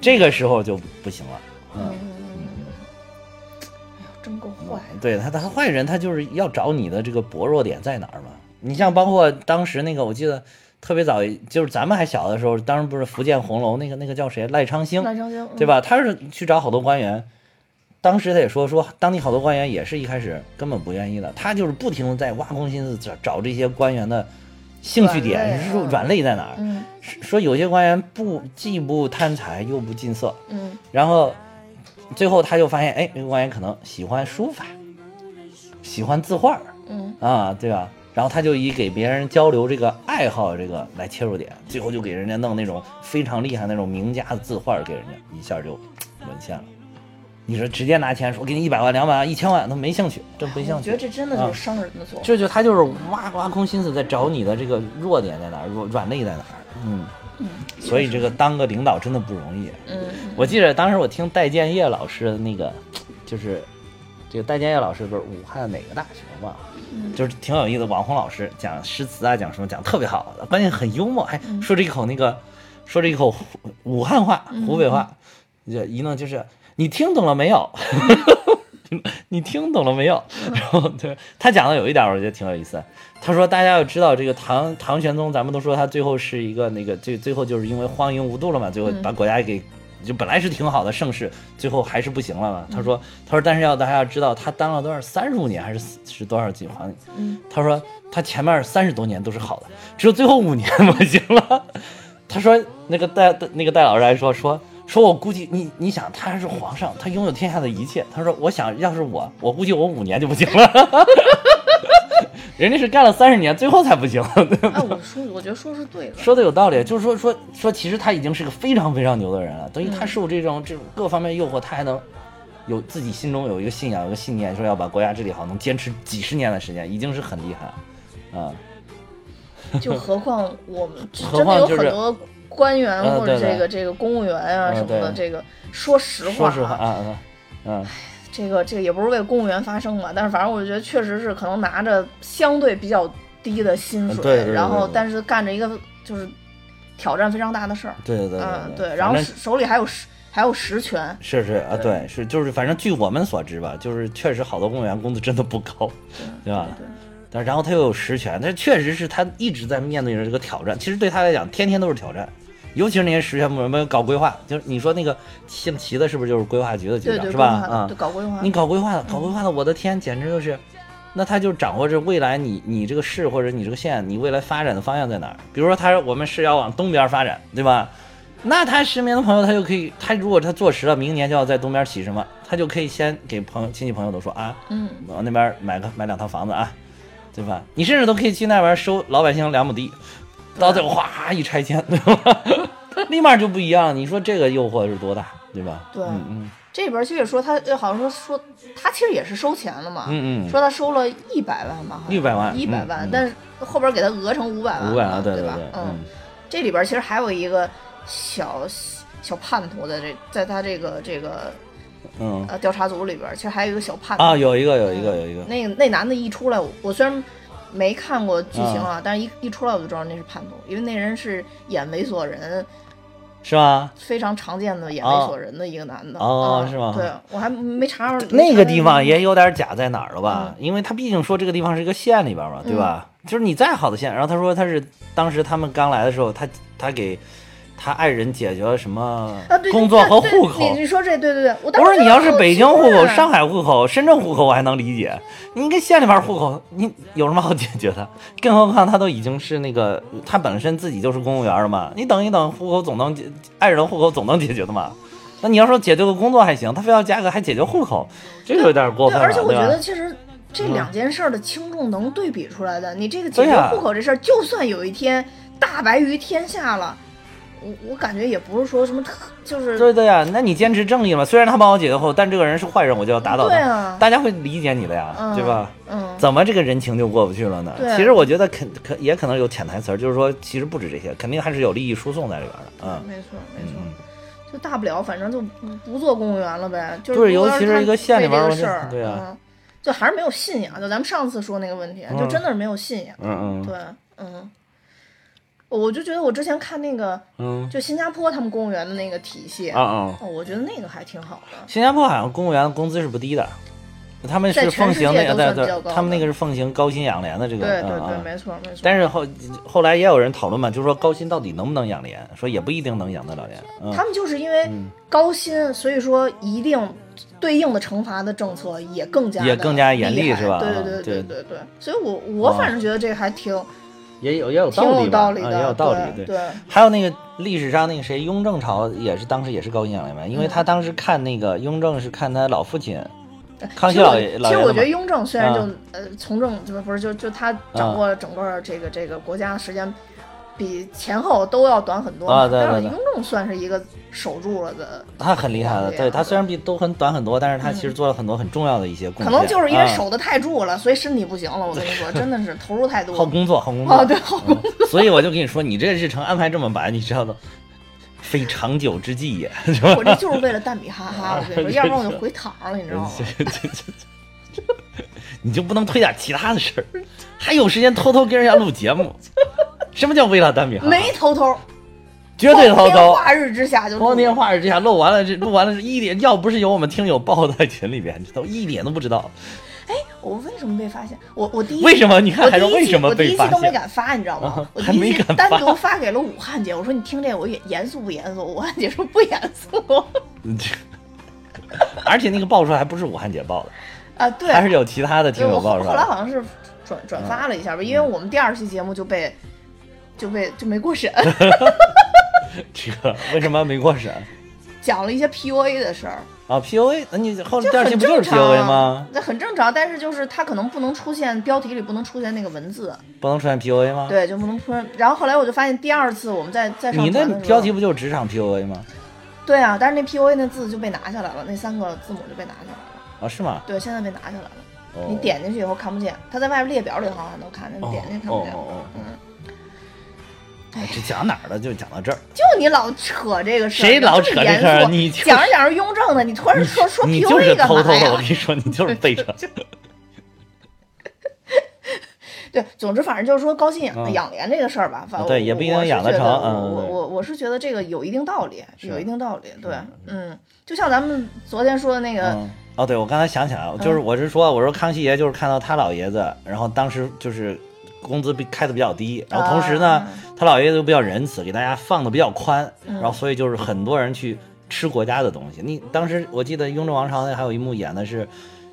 S2: 这个时候就不行了。
S1: 嗯，
S2: 嗯
S1: 哎呦，真够坏的。
S2: 对他，他坏人他就是要找你的这个薄弱点在哪儿嘛。你像包括当时那个，我记得特别早，就是咱们还小的时候，当时不是福建红楼那个那个叫谁赖昌星，
S1: 赖昌嗯星
S2: 对？吧？他是去找好多官员，当时他也说说，当地好多官员也是一开始根本不愿意的，他就是不停的在挖空心思找找这些官员的兴趣
S1: 软
S2: 点，
S1: 肋
S2: 是说
S1: 嗯
S2: 软肋在哪儿？
S1: 嗯
S2: 是说有些官员不既不贪财又不近色，
S1: 嗯
S2: 然后最后他就发现，哎，这个官员可能喜欢书法，喜欢字画儿
S1: 嗯
S2: 啊，对吧？然后他就以给别人交流这个爱好这个来切入点，最后就给人家弄那种非常厉害那种名家的字画儿给人家，一下就沦陷了。你说直接拿钱说给你一百万、两百万、一千万，他没兴趣，真没
S1: 嗯，我
S2: 兴趣
S1: 觉得。这真的就
S2: 啊
S1: 是商人的做法。
S2: 这就他就是挖挖空心思在找你的这个弱点在哪儿，软软肋在哪儿，嗯，所以这个当个领导真的不容易。
S1: 嗯
S2: 我记得当时我听戴建业老师的那个，就是这个戴建业老师不是武汉哪个大学忘了，就是挺有意思。网红老师讲诗词啊，讲什么讲得特别好，关键很幽默，还说着一口那个，说着一口湖武汉话、湖北话，就一弄就是你听懂了没有？ 你听懂了没有？然后对他讲的有一点，我觉得挺有意思。他说大家要知道，这个唐唐玄宗，咱们都说他最后是一个那个，最最后就是因为荒淫无度了嘛，最后把国家给。就本来是挺好的盛世，最后还是不行了嘛。他说，他说，但是要大家要知道，他当了多少三十五年还是是多少几皇？他说他前面三十多年都是好的， 只有最后五年不行了。他说那个戴那个戴老师还说说说我估计你你想他是皇上，他拥有天下的一切。他说我想要是我，我估计我五年就不行了。 人家是干了三十年，最后才不行。
S3: 哎，我说，我觉得说是对 的。
S2: 说的有道理，就是说说说，其实他已经是个非常非常牛的人了。等于
S1: 嗯
S2: 他受这种这种各方面诱惑，他还能有自己心中有一个信仰，有一个信念，说要把国家治理好，能坚持几十年的时间，已经是很厉害啊、
S1: 就何况我们 真
S2: 何
S1: 的
S2: 况
S1: 有
S2: 就是
S1: 很多官员
S2: 嗯
S1: 或者
S2: 对对
S1: 这个这个公务员啊
S2: 嗯
S1: 什么的，
S2: 对
S1: 这个说实话
S2: 说
S1: 啊，
S2: 实话啊，嗯嗯，
S1: 这个这个也不是为公务员发声嘛，但是反正我觉得确实是可能拿着相对比较低的薪水，
S2: 嗯对对对
S1: 然后
S2: 对
S1: 但是干着一个就是挑战非常大的事儿，
S2: 对对对
S1: 嗯
S2: 对，
S1: 然后
S2: 反正
S1: 手手里还有实还有实权，
S2: 是是啊，
S1: 对
S2: 对，是就是，反正据我们所知吧，就是确实好多公务员工资真的不高，对吧？但然后他又有实权，但确实是他一直在面对着这个挑战。其实对他来讲，天天都是挑战，尤其是那些实权部门搞规划，就是你说那个姓齐的，是不是就是规划局的局
S1: 对
S2: 长
S1: 对
S2: 是
S1: 规
S2: 吧？
S1: 划
S2: 啊、
S1: 的，对搞规划
S2: 你，搞规划的，搞规划的，我的天，简直就是，那他就掌握着未来你你这个市或者你这个县，你未来发展的方向在哪儿？比如说他我们是要往东边发展，对吧？那他身边的朋友，他就可以，他如果他坐实了，明年就要在东边起什么，他就可以先给朋友、亲戚朋友都说啊，
S1: 嗯，
S2: 往那边买个买两套房子啊，对吧？你甚至都可以去那边收老百姓两亩地，到最后哗一拆迁，对 吧？立马就不一样。你说这个诱惑是多大，对吧？
S1: 对
S2: 嗯嗯
S1: 这里边其实也说他呃好像说说他其实也是收钱了嘛，
S2: 嗯嗯，
S1: 说他收了一百万吧，好像
S2: 六百万，
S1: 一百万，
S2: 嗯
S1: 但是后边给他讹成五百万了，
S2: 五百啊，对
S1: 对
S2: 对
S1: 吧，？嗯
S2: 嗯，
S1: 这里边其实还有一个小小叛徒的这，在他这个这个
S2: 嗯
S1: 呃调查组里边，其实还有一个小叛徒。
S2: 啊，有一个有一个有一个，
S1: 那个那男的一出来，我我虽然没看过剧情啊，但是一一出来我就知道那是叛徒，因为那人是演猥琐人，
S2: 是吗？
S1: 非常常见的演
S2: 哦
S1: 猥琐人的一个男的。
S2: 哦
S1: 啊
S2: 是吗
S1: 对，我还没查着
S2: 那个地方也有点假在哪儿了
S1: 嗯
S2: 吧？因为他毕竟说这个地方是一个县里边嘛，对吧？就是你再好的县，然后他说他是当时他们刚来的时候，他他给他爱人解决了什么
S1: 啊，对，
S2: 工作和
S1: 对
S2: 户
S1: 你
S2: 口。
S1: 你说这对对对，我当
S2: 不
S1: 时
S2: 是你要是北京户口、
S1: 啊
S2: 上海户口、深圳户口，我还能理解。你跟县里边户口，你有什么好解决的？更何况他都已经是那个，他本身自己就是公务员了嘛。你等一等，户口总能解，爱人的户口总能解决的嘛。那你要说解决个工作还行，他非要加个还解决户口，这个有点过
S1: 对，
S2: 分了，
S1: 而且我
S2: 对
S1: 觉
S2: 吧
S1: 得？其实这两件事儿的轻重能对比出来的，你这个解
S2: 对
S1: 决
S2: 呀
S1: 户口这事儿，就算有一天大白于天下了，我我感觉也不是说什么特，就是
S2: 对对呀、那你坚持正义嘛？虽然他帮我解决后，但这个人是坏人，我就要打倒他。
S1: 对啊
S2: 大家会理解你的呀，
S1: 嗯
S2: 对吧？
S1: 嗯，
S2: 怎么这个人情就过不去了呢？
S1: 对
S2: 其实我觉得肯可也可能有潜台词儿，就是说其实不止这些，肯定还是有利益输送在里边儿的。嗯，
S1: 没错没错，就大不了反正就不不做公务员了呗，就
S2: 对
S1: 是如果
S2: 尤其
S1: 要
S2: 是一个
S1: 他
S2: 县里
S1: 对
S2: 边
S1: 这
S2: 儿
S1: 个
S2: 我就
S1: 事儿，
S2: 对啊
S1: 嗯，就还是没有信仰，就咱们上次说那个问题，就真的是没有信仰，
S2: 嗯嗯
S1: 对，嗯，我就觉得我之前看那个
S2: 嗯
S1: 就新加坡他们公务员的那个体系
S2: 啊啊！
S1: 哦，我觉得那个还挺好的。
S2: 新加坡好像公务员工资是不低的，他们是奉行那个
S1: 在全世界都算比较
S2: 对
S1: 高
S2: 对，
S1: 的
S2: 他们那个是奉行高薪养廉的这个。
S1: 对对
S2: 嗯
S1: 对，
S2: 嗯
S1: 没错没错。
S2: 但是后后来也有人讨论嘛，就是说高薪到底能不能养廉，说也不一定能养得了廉。嗯
S1: 他们就是因为高薪，所以说一定对应的惩罚的政策也更加
S2: 也
S1: 地
S2: 更加严厉
S1: 厉害
S2: 是吧
S1: 对对
S2: 啊
S1: 对
S2: 对
S1: 对对对。所以我我
S2: 啊
S1: 反正觉得这还挺
S2: 也有也有
S1: 挺
S2: 道
S1: 有
S2: 理吧
S1: 道理
S2: 嗯
S1: 的，
S2: 也有道理，
S1: 对。
S2: 还有那个历史上那个谁，雍正朝也是当时也是高薪养廉嘛，因为他当时看那个雍正是看他老父亲康
S1: 其实
S2: 熙
S1: 我
S2: 老爷
S1: 呃其
S2: 老
S1: 实
S2: 爷
S1: 我
S2: 子
S1: 觉
S2: 嘛
S1: 得，雍正虽然就
S2: 啊
S1: 呃从政，就不是就就他掌握整个这个这个国家时间比前后都要短很多
S2: 啊
S1: 嘛，
S2: 对对
S1: 但是
S2: 对
S1: 雍正算是一个守住了的，
S2: 他很厉害的，
S1: 对
S2: 对他虽然比都很短很多，但是他其实做了很多很重要的一些贡献，
S1: 嗯可能就是因为
S2: 啊
S1: 守得太住了，所以身体不行了。我跟你 说，真的是投入太多
S2: 好
S1: 了。
S2: 工作好工作嗯
S1: 哦，对，好工作。
S2: 所以我就跟你说，你这日程安排这么白，你知道的，非长久之计也，是吧？
S1: 我这就是为了蛋比哈哈，
S2: 啊
S1: 我跟 你说，要不然我就回躺了，你知道吗？
S2: 这这这这你就不能推点其他的事儿，还有时间偷偷跟人家录节目？什么叫为了单饼？
S1: 没偷偷，
S2: 绝对偷
S1: 光天
S2: 偷。
S1: 化日之下就录
S2: 光天化日之下录完了，这录完了是一点，要不是有我们听友报在群里边，这都一点都不知道
S1: 我为什么被发现？我我第一
S2: 为什么。你看
S1: 我
S2: 还
S1: 第
S2: 是
S1: 一
S2: 为
S1: 期
S2: 什
S1: 我
S2: 么
S1: 第一
S2: 被
S1: 期
S2: 发
S1: 都没
S2: 现？
S1: 敢发，你知道吗
S2: 啊？
S1: 我
S2: 还
S1: 第一
S2: 没
S1: 期
S2: 敢
S1: 单
S2: 发
S1: 独发给了武汉姐，我说你听这我严严肃不严肃？ 武汉姐说不严肃。
S2: 嗯而且那个报出来还不是武汉姐报的，
S1: 啊，对，
S2: 还是有其他的嗯听
S1: 对，
S2: 友
S1: 我后
S2: 报出
S1: 后来
S2: 来。
S1: 好像是转转发了一下吧，因为我们第二期节目就被就被就没过审。
S2: 这个为什么没过审？
S1: 讲了一些 PUA 的事儿，
S2: 啊，PUA，那你后
S1: 这
S2: 第二期
S1: 很
S2: 不就
S1: 正
S2: 是
S1: 常啊
S2: PUA 吗？
S1: 那很正常，但是就是它可能不能出现标题里不能出现那个文字，
S2: 不能出现 PUA 吗？
S1: 对，就不能出现。然后后来我就发现第二次我们在在上
S2: 你那
S1: 传的时候
S2: 标题不就是职场 PUA 吗？
S1: 对啊，但是那 PUA 那字就被拿下来了，那三个字母就被拿下来了，
S2: 啊，是吗？
S1: 对，现在被拿下来了。
S2: 哦
S1: 你点进去以后看不见，它在外边列表里好像还能看见，你
S2: 哦
S1: 点进去看
S2: 哦
S1: 不见。
S2: 哦哦，
S1: 嗯，
S2: 哎这讲哪儿了？就讲到这儿。
S1: 就你老扯这个事儿，
S2: 谁老扯这
S1: 严
S2: 事儿
S1: 肃
S2: 你就是
S1: 讲着讲着雍正的，你突然说说
S2: 你就是
S1: PUA 干
S2: 偷
S1: 嘛
S2: 偷的，我
S1: 呀
S2: 跟？你说，你就是 背着。
S1: 对，总之反正就是说高薪养、
S2: 嗯哦
S1: 养廉这个事儿吧，反正
S2: 对
S1: 我
S2: 也不一定
S1: 我是
S2: 养得
S1: 觉
S2: 成嗯
S1: 我
S2: 对
S1: 我我是觉得这个有一定道理，
S2: 是
S1: 有一定道理。对
S2: 嗯，
S1: 嗯，就像咱们昨天说的那个，嗯
S2: 嗯，哦，对，我刚才想起来了，就是我是说，我说康熙爷就是看到他老爷子，然后当时就是工资比开的比较低，然后同时呢
S1: 啊，嗯
S2: 他老爷子又比较仁慈，给大家放的比较宽，然后所以就是很多人去吃国家的东西。你当时我记得雍正王朝那还有一幕演的是。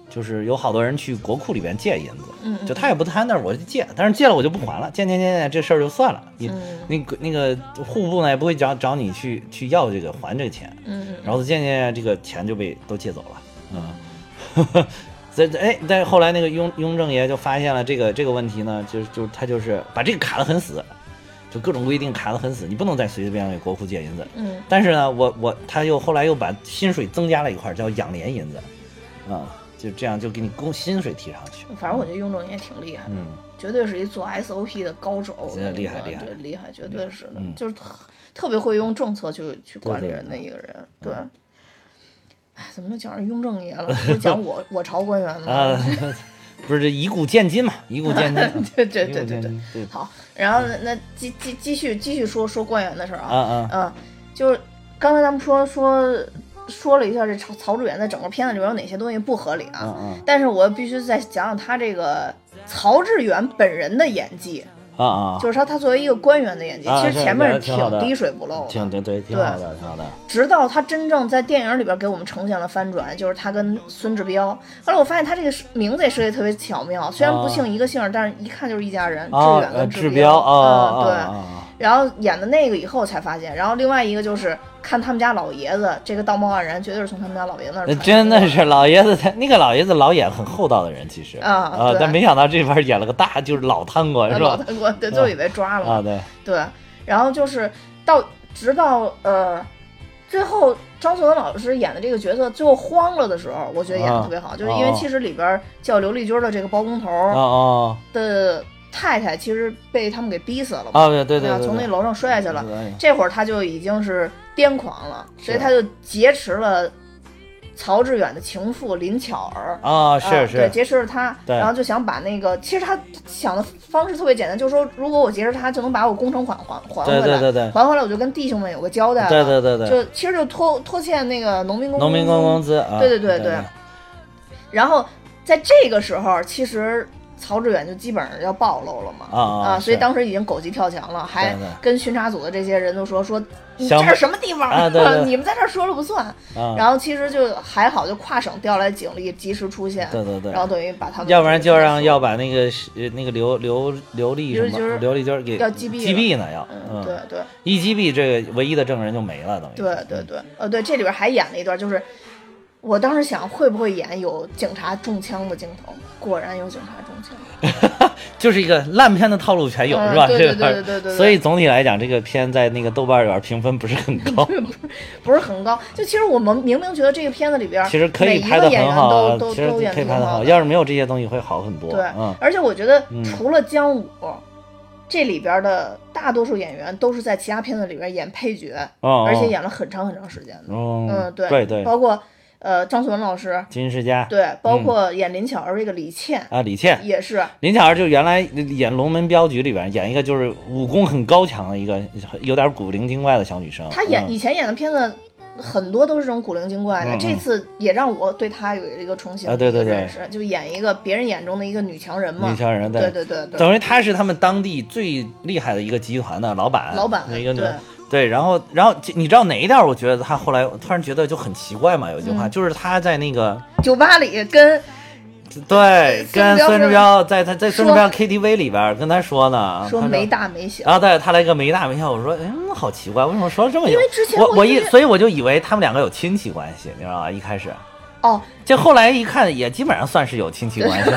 S2: 就是有好多人去国库里边借银
S1: 嗯
S2: 子，就他也不贪，但是我就借，但是借了我就不还了，借借借借，这事儿就算了。你
S1: 嗯
S2: 那个那个户部呢也不会找找你去去要这个还这个钱，
S1: 嗯，
S2: 然后渐渐这个钱就被都借走了，嗯， 所以哎，但是后来那个雍雍正爷就发现了这个这个问题呢，就是就是他就是把这个卡得很死，就各种规定卡得很死，你不能再随随便便给国库借银子。
S1: 嗯，
S2: 但是呢，我我他又后来又把薪水增加了一块儿，叫养廉银子，啊、就这样就给你工薪水提上去。
S1: 嗯反正我觉得雍正也挺厉害的。
S2: 嗯，
S1: 绝对是一做 SOP 的高手，我
S2: 真的
S1: 跟你
S2: 嗯厉害
S1: 说
S2: 厉害
S1: 对，厉害，绝对是的，
S2: 嗯
S1: 就是特特别会用政策去去管理
S2: 对对嗯
S1: 人的一个人，对。哎，怎么就讲上雍正爷了？不是讲我我朝官员
S2: 啊、
S1: 吗？，
S2: 不是这以古鉴今嘛，以古鉴今
S1: 对 对
S2: 以古
S1: 对对对。
S2: 鉴今对，
S1: 好，然后那那继继继续继续说说官员的事儿
S2: 啊
S1: 啊，
S2: 啊，
S1: 嗯，就是刚才咱们说说说了一下这曹曹志远在整个片子里边有哪些东西不合理啊，
S2: 嗯嗯
S1: 但是我必须再讲讲他这个曹志远本人的演技，
S2: 啊啊，
S1: 就是说他作为一个官员的演技，
S2: 啊
S1: 其实
S2: 是
S1: 前面
S2: 聊
S1: 是
S2: 得挺好的
S1: 滴水不漏的，
S2: 挺对对，挺好的，挺好的。
S1: 直到他真正在电影里边给我们呈现了翻转，就是他跟孙志彪。后来我发现他这个名字也设计得特别巧妙，虽然不姓一个姓儿，但是一看就是一家人，
S2: 啊，
S1: 志远
S2: 呃
S1: 跟
S2: 治
S1: 志
S2: 标
S1: 嗯，
S2: 啊，
S1: 对。然后演的那个以后才发现，然后另外一个就是看他们家老爷子，这个道貌岸然绝对是从他们家老爷子那儿
S2: 那
S1: 传
S2: 真
S1: 出
S2: 的
S1: 来
S2: 是老爷子他，那个老爷子老演很厚道的人，其实
S1: 啊
S2: 啊，
S1: 对
S2: 但没想到这边演了个大，就是老贪官
S1: 的
S2: 是
S1: 老
S2: 吧？
S1: 太官，对，就以为抓了嘛
S2: 啊，对，
S1: 对，然后就是到直到呃，最后张颂文老师演的这个角色最后慌了的时候，我觉得演的
S2: 啊
S1: 特别好，就是因为
S2: 哦
S1: 其实里边叫刘丽君的这个包工
S2: 哦
S1: 头
S2: 哦
S1: 的太太，其实被他们给逼死了嘛，
S2: 啊，对对对
S1: 吧
S2: 对，
S1: 哎从那楼上摔下去了。
S2: 了
S1: 这会儿他就已经是癫狂了，所以
S2: 是啊
S1: 他就劫持了曹致远的情妇林巧儿。
S2: 啊，
S1: 啊
S2: 是
S1: 对，
S2: 是，
S1: 劫持了他，
S2: 对
S1: 然后就想把那个，其实他想的方式特别简单，就是说，如果我劫持他，就能把我工程款还还回来，
S2: 对对对对
S1: 还回来我就跟弟兄们有个交代了，
S2: 对对对对，
S1: 就其实就拖拖欠那个农民工
S2: 农民工工资啊，
S1: 对对对
S2: 对
S1: 对然后在这个时候，其实曹致远就基本上要暴露了嘛，
S2: 啊啊
S1: 啊，所以
S2: 是
S1: 当时已经狗急跳墙了，还
S2: 对对
S1: 跟巡查组的这些人都说说你
S2: 想
S1: 这是什么地方
S2: 啊对 对
S1: 你们在这儿说了不算。
S2: 啊，
S1: 然后其实就还好，就跨省调来警力及时出现，
S2: 对对对
S1: 然后等于把他们，
S2: 要不然就让要把那个是呃那个刘刘刘丽
S1: 刘
S2: 什
S1: 丽君
S2: 么
S1: 儿
S2: 刘丽娟给
S1: 要击
S2: 击
S1: 毙了
S2: 毙呢，要
S1: 嗯，对对
S2: 一击毙这个唯一的证人就没嗯了，等于
S1: 对对对，呃对，这里边还演了一段，就是我当时想会不会演有警察中枪的镜头，果然有警察中枪。
S2: 就是一个烂片的套路全有，
S1: 嗯
S2: 是吧？
S1: 对
S2: 这
S1: 对
S2: 个片儿
S1: 对对对对对
S2: 所以总体来讲，这个片在那个豆瓣里边评分不是很 高。
S1: 不是很高。就其实我们明明觉得这个片子里边，
S2: 其实可
S1: 每
S2: 以拍
S1: 一
S2: 的
S1: 个演
S2: 很
S1: 员
S2: 好啊
S1: 都，都
S2: 其实
S1: 都演
S2: 可以
S1: 得
S2: 拍
S1: 很
S2: 的
S1: 好
S2: 好。
S1: 的，
S2: 要是没有这些东西会好很多。
S1: 对
S2: 嗯，，
S1: 而且我觉得
S2: 嗯
S1: 除了姜武。这里边的大多数演员都是在其他片子里边演配角，
S2: 哦，
S1: 而且演了很长很长时间的。
S2: 哦，
S1: 嗯，对，
S2: 对嗯对，
S1: 包括呃张颂文老师，
S2: 金世佳，
S1: 对，包括演林巧儿这个李倩、
S2: 啊，李倩，
S1: 也是，
S2: 林巧儿就原来演《龙门镖局》里边演一个就是武功很高强的一个有点古灵精怪的小女生。
S1: 她演、
S2: 嗯
S1: 以前演的片子很多都是这种古灵精怪的，
S2: 嗯嗯
S1: 这次也让我对她有一个重新的
S2: 啊对
S1: 一个
S2: 对对
S1: 认识，就演一个别人眼中的一个女强人嘛，
S2: 女强人
S1: 对
S2: 对
S1: 对对对，
S2: 等于她是他们当地最厉害的一个集团的老板，
S1: 老板
S2: 一个女
S1: 对
S2: 对，然后然后你知道哪一点儿？我觉得她后来我突然觉得就很奇怪嘛，有一句话、就是她在那个
S1: 酒吧里跟
S2: 对，跟孙志彪在他在孙志彪
S1: 说
S2: KTV 里边儿跟他说呢，
S1: 说
S2: 啊他啊
S1: 没大没小，
S2: 然后对他来个没大没小，我说，嗯，好奇怪，为什么说这么有？
S1: 因为之前
S2: 我
S1: 我
S2: 我
S1: 觉
S2: 一
S1: 得
S2: 所以我就以为他们两个有亲戚关系，你知道吧？一开始，
S1: 哦，
S2: 就后来一看，也基本上算是有亲戚关系，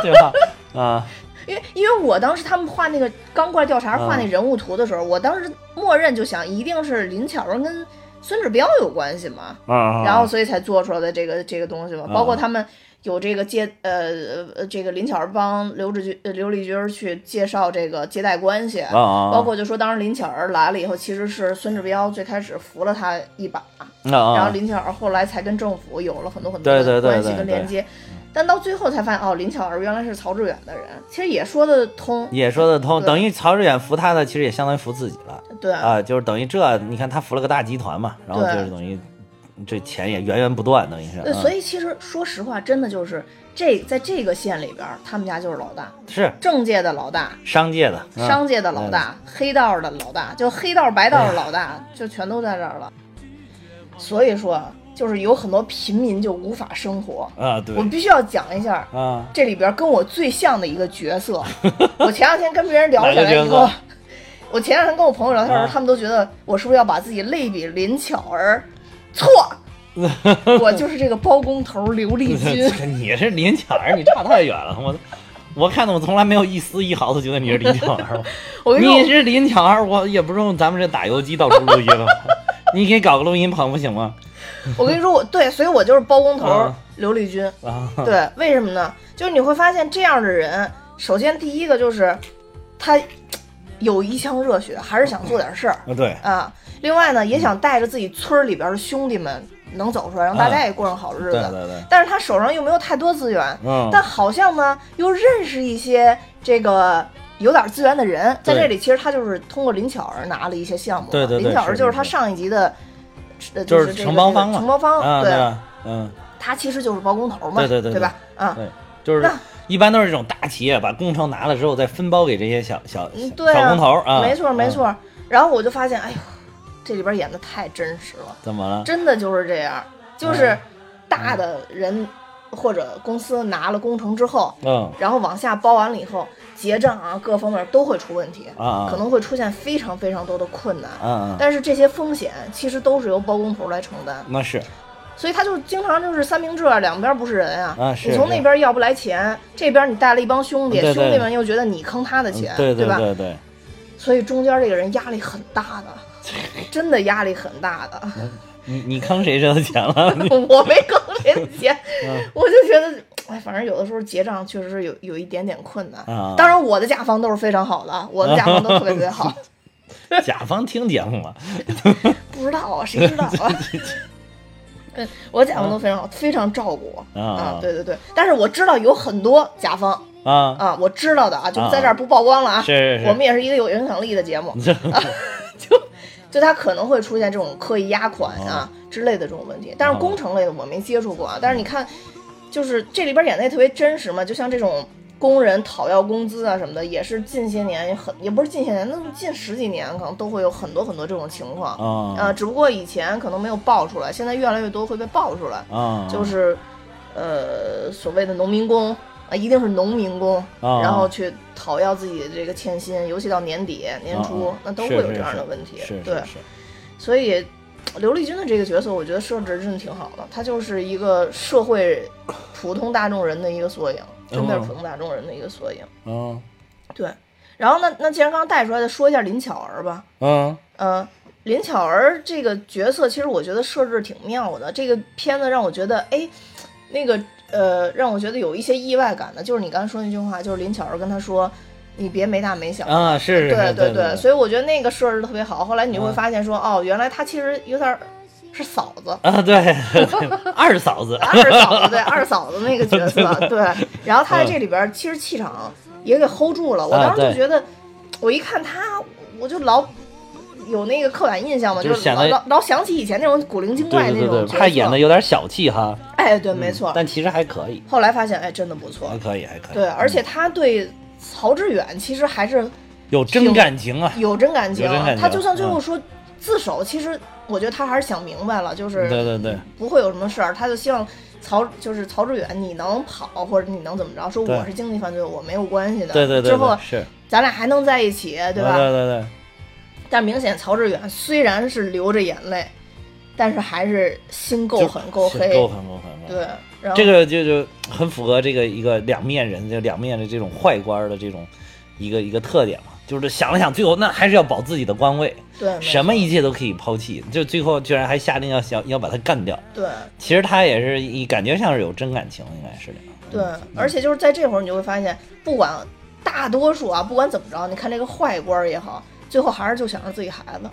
S2: 对吧？啊、
S1: 因为因为我当时他们画那个钢罐调查画那
S2: 嗯
S1: 人物图的时候，我当时默认就想一定是林巧儿跟孙志彪有关系嘛，
S2: 嗯，
S1: 然后所以才做出来的这个这个东西嘛，包括
S2: 嗯
S1: 他们有这个接呃呃这个林巧儿帮刘志军呃刘丽君儿去介绍这个接待关系，
S2: 啊啊，
S1: 包括就说当时林巧儿来了以后，其实是孙志彪最开始扶了他一把，
S2: 啊
S1: 然后
S2: 啊，
S1: 林巧儿后来才跟政府有了很多很多
S2: 对对
S1: 的
S2: 对
S1: 关系
S2: 对
S1: 跟
S2: 对嗯
S1: 连接，但到最后才发现哦，林巧儿原来是曹志远的人，其实也说得通，
S2: 也说得通，
S1: 对
S2: 等于曹志远扶他的，其实也相当于扶自己了
S1: 对
S2: 啊、就是等于这，你看他扶了个大集团嘛，然后
S1: 对
S2: 就是等于这钱也源源不断，等于是，
S1: 对，
S2: 嗯
S1: 所以其实说实话，真的就是这在这个县里边儿，他们家就是老大，
S2: 是
S1: 政界的老大，
S2: 商界的，嗯哎
S1: 商界的老大，黑道的老大，就黑道白道的老大，就全都在这儿了。所以说，就是有很多平民就无法生活。
S2: 啊，对
S1: 我必须要讲一下
S2: 啊，
S1: 这里边跟我最像的一个角色。我前两天跟别人聊起
S2: 哪个
S1: 来
S2: 角
S1: 以
S2: 色
S1: 后，我前两天跟我朋友聊天的时
S2: 啊
S1: 候，他们都觉得我是不是要把自己类比林巧儿？ 错，我就是这个包工头刘丽 君。
S2: 你是林巧儿，你差太远了，我我看的我从来没有一丝一毫的觉得你是林巧儿，
S1: 我跟
S2: 你
S1: 你说，
S2: 是林巧儿，我也不用咱们这打游击到处录音了， 你给搞个录音棚不行吗？
S1: 我跟你说，我对，所以我就是包工头
S2: 啊
S1: 刘丽君。
S2: 啊，
S1: 对，为什么呢？就是你会发现这样的人，首先第一个就是他有一腔热血，还是想做点事儿
S2: 啊对，
S1: 啊。另外呢，也想带着自己村儿里边的兄弟们能走出来，让大家也过上好日
S2: 嗯对
S1: 子。
S2: 对对，
S1: 但是他手上又没有太多资源，
S2: 嗯，
S1: 但好像呢又认识一些这个有点资源的人，在
S2: 对
S1: 这里其实他就是通过林巧儿拿了一些项目嘛。
S2: 对对对
S1: 林巧儿
S2: 是
S1: 就是
S2: 是
S1: 他上一集的，呃
S2: 就是
S1: 是这个
S2: 承包方
S1: 这
S2: 嘛
S1: 个承包方、
S2: 啊
S1: 对，
S2: 啊，嗯，
S1: 他其实就是包工头嘛，
S2: 对对对对
S1: 吧？啊，
S2: 对，就是
S1: 那
S2: 一般都是这种大企业把工程拿了之后再分包给这些小小
S1: 嗯，
S2: 小
S1: 对
S2: 小
S1: 啊，
S2: 工头儿啊，
S1: 没错没
S2: 嗯，
S1: 错。然后我就发现，哎呦，这里边演的太真实了，
S2: 怎么了？
S1: 真的就是这样，
S2: 嗯
S1: 就是大的人或者公司拿了工程之后，
S2: 嗯
S1: 然后往下包完了以后，结账啊各方面都会出问题，
S2: 啊啊，
S1: 可能会出现非常非常多的困难。
S2: 嗯嗯，
S1: 但是这些风险其实都是由包工头来承担，
S2: 那是嗯
S1: 所以他就经常就是三明治啊，两边不是人啊。
S2: 啊是
S1: 你从
S2: 是
S1: 那边要不来钱，这边你带了一帮兄弟，
S2: 对对嗯
S1: 兄弟们又觉得你坑他的钱，
S2: 对
S1: 吧？
S2: 对对，
S1: 所以中间这个人压力很大 的，真的压力很大的。
S2: 你你坑谁挣的钱了？
S1: 我没坑谁的钱
S2: 嗯，
S1: 我就觉得，哎，反正有的时候结账确实是有有一点点困难。
S2: 啊
S1: 当然，我的甲方都是非常好的啊，我的甲方都特别特别 好。
S2: 甲方听节目了，
S1: 不知道啊，谁 知道啊？嗯，我甲方都非常好，非常照顾我啊，
S2: 啊
S1: 对对对。但是我知道有很多甲方
S2: 啊，
S1: 啊，我知道的啊，就
S2: 啊
S1: 在这儿不曝光了啊。
S2: 是是 是
S1: 我们也是一个有影响力的节 目，
S2: 这
S1: 就他可能会出现这种刻意压款啊之类的这种问题。
S2: 啊
S1: 但是工程类的我没接触过啊。但是你看，就是这里边演的也特别真实嘛，就像这种工人讨要工资啊什么的，也是近些年很也不是近些年，那么近十几年可能都会有很多很多这种情况。
S2: 啊
S1: 呃，只不过以前可能没有爆出来，现在越来越多会被爆出来，
S2: 啊，
S1: 就是，呃，所谓的农民工啊、一定是农民工，
S2: 啊
S1: 然后去讨要自己的这个欠薪，尤其到年底、年初，
S2: 啊
S1: 那都
S2: 是
S1: 会有
S2: 是
S1: 这样的
S2: 是
S1: 问题。
S2: 是
S1: 对
S2: 是，是
S1: 所以刘丽君的这个角色，我觉得设置真的挺好的，她就是一个社会普通大众人的一个缩影，真的
S2: 哦
S1: 是普通大众人的一个缩影。
S2: 嗯
S1: 对，然后呢，那既然刚刚带出来的，说一下林巧儿吧。
S2: 嗯
S1: 呃，林巧儿这个角色，其实我觉得设置挺妙的。这个片子让我觉得，哎，那个呃，让我觉得有一些意外感的，就是你刚才说那句话，就是林巧儿跟他说：“你别没大没小。
S2: 啊，是是
S1: 对
S2: 是对
S1: 对，所以我觉得那个设置特别好。后来你就会
S2: 啊，
S1: 发现说，哦，原来她其实有点儿是嫂子
S2: 啊， 对，二嫂子，
S1: 二嫂子，对，二嫂子那个角 色，对。然后她在这里边儿其实气场也给 hold 住了，我
S2: 嗯啊
S1: 当时就
S2: 对
S1: 觉得，我一看她，我就老有那个刻板印象嘛，
S2: 就
S1: 就是是
S2: 显
S1: 老
S2: 得
S1: 老老想起以前那种古灵精怪那
S2: 对对对
S1: 种角
S2: 对，
S1: 色。
S2: 怕演的有点小气哈，
S1: 哎，对，没错。
S2: 但其嗯实还可以，
S1: 后来发现，哎，真的不错
S2: 还。可以，还可以，
S1: 对，而且她对曹志远其实还是
S2: 有真感情啊，
S1: 有真感情
S2: 有真感，情嗯
S1: 她就算最后说自首，其实我觉得她还是想明白了，就是
S2: 对对对，
S1: 不会有什么事儿，他就希望曹就是曹志远，你能跑或者你能怎么着？说
S2: 对
S1: 我是经济犯罪，我没有关系的。
S2: 对对对，
S1: 之后
S2: 对是，
S1: 咱俩还能在一起，对吧？
S2: 对对对，
S1: 但明显曹志远虽然是流着眼泪，但是还是心够
S2: 就
S1: 狠够
S2: 是
S1: 黑。
S2: 够狠够狠够狠。
S1: 对，然后
S2: 这个就就很符合这个一个两面人，就两面的这种坏官儿的这种一个一个特点嘛，就是想了想，最后那还是要保自己的官位，
S1: 对
S2: 什
S1: 么
S2: 么一切都可以抛弃，就最后居然还下令要想要把他干掉。
S1: 对
S2: 其实他也是一感觉像是有真感情，应该是这样。
S1: 对，而且就是在这会儿，你就会发现，不管大多数啊，不管怎么着，你看这个坏官儿也好，最后还是就想着自己孩子，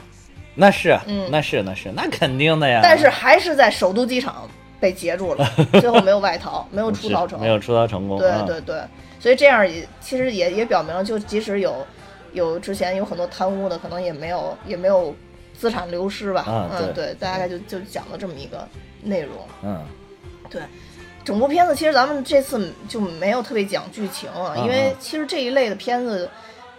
S2: 那是啊，
S1: 嗯
S2: 那是那是那肯定的呀。
S1: 但是还是在首都机场被截住了，最后没有外逃，没有出逃
S2: 是
S1: 成，
S2: 没有出逃成功。
S1: 对
S2: 啊
S1: 对对，所以这样也其实也也表明了，就即使有有之前有很多贪污的，可能也没有也没有资产流失吧。
S2: 啊
S1: 嗯，
S2: 对
S1: 对，大概就就讲了这么一个内容。
S2: 嗯，
S1: 整部片子其实咱们这次就没有特别讲剧情啊，因
S2: 啊
S1: 为其实这一类的片子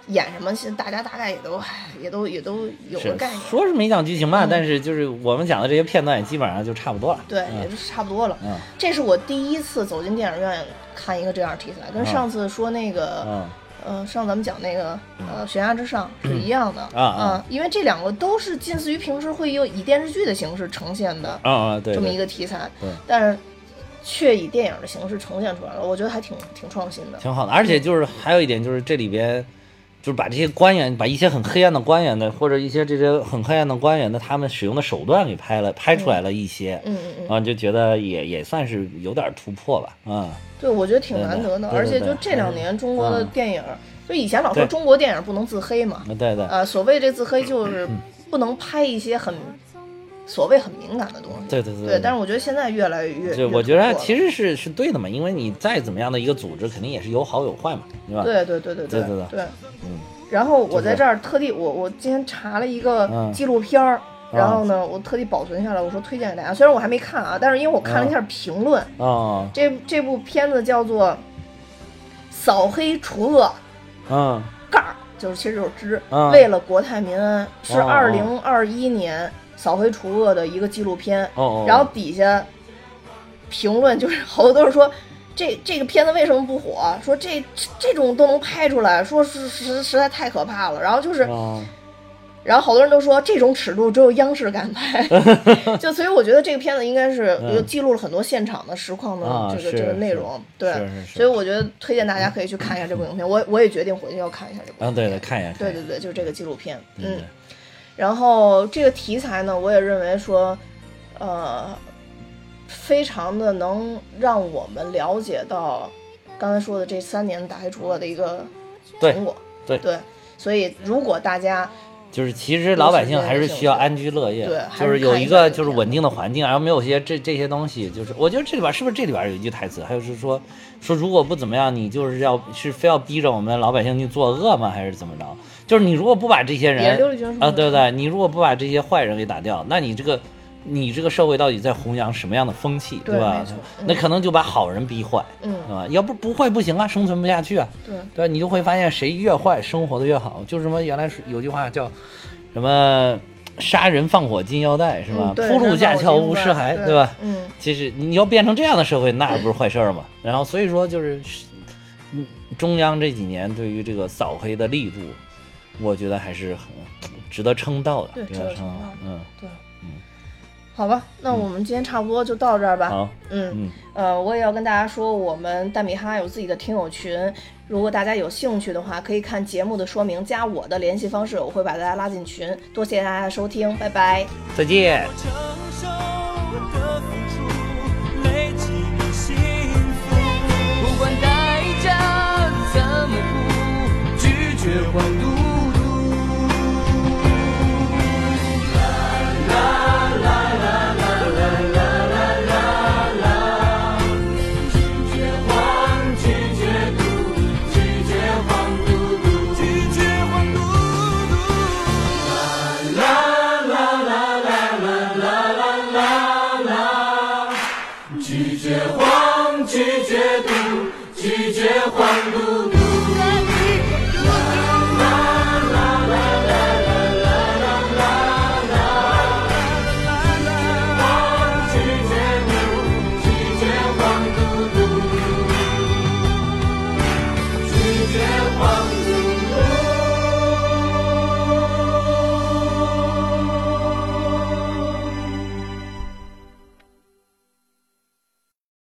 S1: 演什么，其实大家大概也都唉也都也都有个
S2: 是
S1: 概念。嗯
S2: 说是没讲剧情吧，但是就是我们讲的这些片段也基本上就差不多了。
S1: 对，
S2: 嗯
S1: 也就是差不多了。
S2: 嗯
S1: 这是我第一次走进电影院看一个这样的题材，跟
S2: 啊
S1: 上次说那个、
S2: 嗯
S1: 呃，上咱们讲那个呃《悬崖之上》是一样的
S2: 啊
S1: 嗯
S2: 啊
S1: 因为这两个都是近似于平时会用以电视剧的形式呈现的
S2: 啊啊，对
S1: 这么
S2: 对
S1: 一个题材
S2: 对，
S1: 但是却以电影的形式呈现出来了，我觉得还挺挺创新的。
S2: 挺好的。而
S1: 嗯
S2: 且就是还有一点，就是这里边就是把这些官员，把一些很黑暗的官员的，或者一些这些很黑暗的官员的他们使用的手段给拍了，拍出来了一些，
S1: 嗯嗯嗯，
S2: 啊，就觉得也也算是有点突破吧，啊，
S1: 对，我觉得挺
S2: 对
S1: 难
S2: 对
S1: 得的，
S2: 对
S1: 而
S2: 对
S1: 且
S2: 对
S1: 就这两年中国的
S2: 嗯
S1: 电影，就以前老说
S2: 对嗯
S1: 中国电影不能自黑嘛，
S2: 对对，
S1: 呃，所谓这自黑就是
S2: 嗯
S1: 不能拍一些很所谓很敏感的东西。
S2: 对对对
S1: 对，但是我觉得现在越来越，
S2: 就我觉得其
S1: 实
S2: 实是是对的嘛，因为你再怎么样的一个组织，肯定也是有好有坏嘛，对吧？
S1: 对对对对
S2: 对对对
S1: 对。
S2: 嗯，
S1: 然后我在这儿特地，我我今天查了一个
S2: 嗯
S1: 纪录片儿，
S2: 啊
S1: 然后呢，我特地保存下来，我说推荐给大家。虽然我还没看啊，但是因为我看了一
S2: 嗯
S1: 下评论，
S2: 哦，
S1: 这这部片子叫做《扫黑除恶
S2: 嗯，
S1: 盖儿》，就是其实就是之，
S2: 啊
S1: 为了国泰民安，是
S2: 哦哦
S1: 二零二一年扫黑除恶的一个纪录片。
S2: 哦哦，
S1: 然后底下评论就是 好多都是说。这这个片子为什么不火？啊说这这这种都能拍出来，说是实实在太可怕了。然后就是，
S2: 哦，
S1: 然后好多人都说这种尺度只有央视敢 拍，就所以我觉得这个片子应该是
S2: 嗯
S1: 有记录了很多现场的实况的
S2: 啊
S1: 这个、
S2: 是
S1: 这个内
S2: 是
S1: 容。对，
S2: 是是是
S1: 所以我觉得推荐大家可以去看一下这部影片。我我也决定回去要看一下这部
S2: 嗯，
S1: 影片。
S2: 对对，看一眼，
S1: 对
S2: 看一眼
S1: 对对，就是这个纪录片。
S2: 对
S1: 嗯
S2: 对，
S1: 然后这个题材呢，我也认为说，呃，非常的能让我们了解到刚才说的这三年打黑除恶的一个
S2: 对
S1: 成果。
S2: 对
S1: 所以如果大家
S2: 就是其实老百姓还是需要安居乐业，
S1: 对
S2: 就
S1: 还
S2: 是
S1: 是
S2: 有
S1: 看
S2: 一
S1: 一下
S2: 个
S1: 就
S2: 就是
S1: 行
S2: 稳定的环境，然后没有些这这些东西，就是我觉得这里边是不是这里边有一句台词，还有是说说如果不怎么样，你就是要是非要逼着我们老百姓去作恶吗？还是怎么着？就是你如果不把这些
S1: 别
S2: 人
S1: 溜里圈
S2: 啊，对不对？你如果不把这些坏人给打掉，那你这个你这个社会到底在弘扬什么样的风气，
S1: 对
S2: 吧
S1: 没错？
S2: 那可能就把好人逼坏，
S1: 嗯
S2: 对吧？要不不坏不行啊，生存不下去啊。
S1: 对
S2: 对，你就会发现谁越坏，生活的越好。就是什么，原来是有句话叫什么“杀人放火金腰带”，是吧？
S1: 嗯对
S2: 铺路架桥
S1: 人放火金腰带
S2: 无尸骸，
S1: 对
S2: 对吧？
S1: 嗯，
S2: 其实你要变成这样的社会，那不是坏事儿嘛。然后所以说就是，嗯中央这几年对于这个扫黑的力度，我觉得还是很值得称道的，
S1: 对
S2: 值得
S1: 值得
S2: 称道
S1: 称道
S2: 的。嗯，
S1: 好吧，那我们今天差不多就到这儿吧。
S2: 好，
S1: 嗯，
S2: 嗯，
S1: 呃，我也要跟大家说，我们蛋米哈有自己的听友群，如果大家有兴趣的话，可以看节目的说明，加我的联系方式，我会把大家拉进群。多谢大家的收听，拜拜。
S2: 再见。
S4: 我承受的付出，累积幸福。不管代价怎么付，拒绝黄赌毒。拒绝黄赌毒。拒绝黄，拒绝赌，拒绝黄赌毒。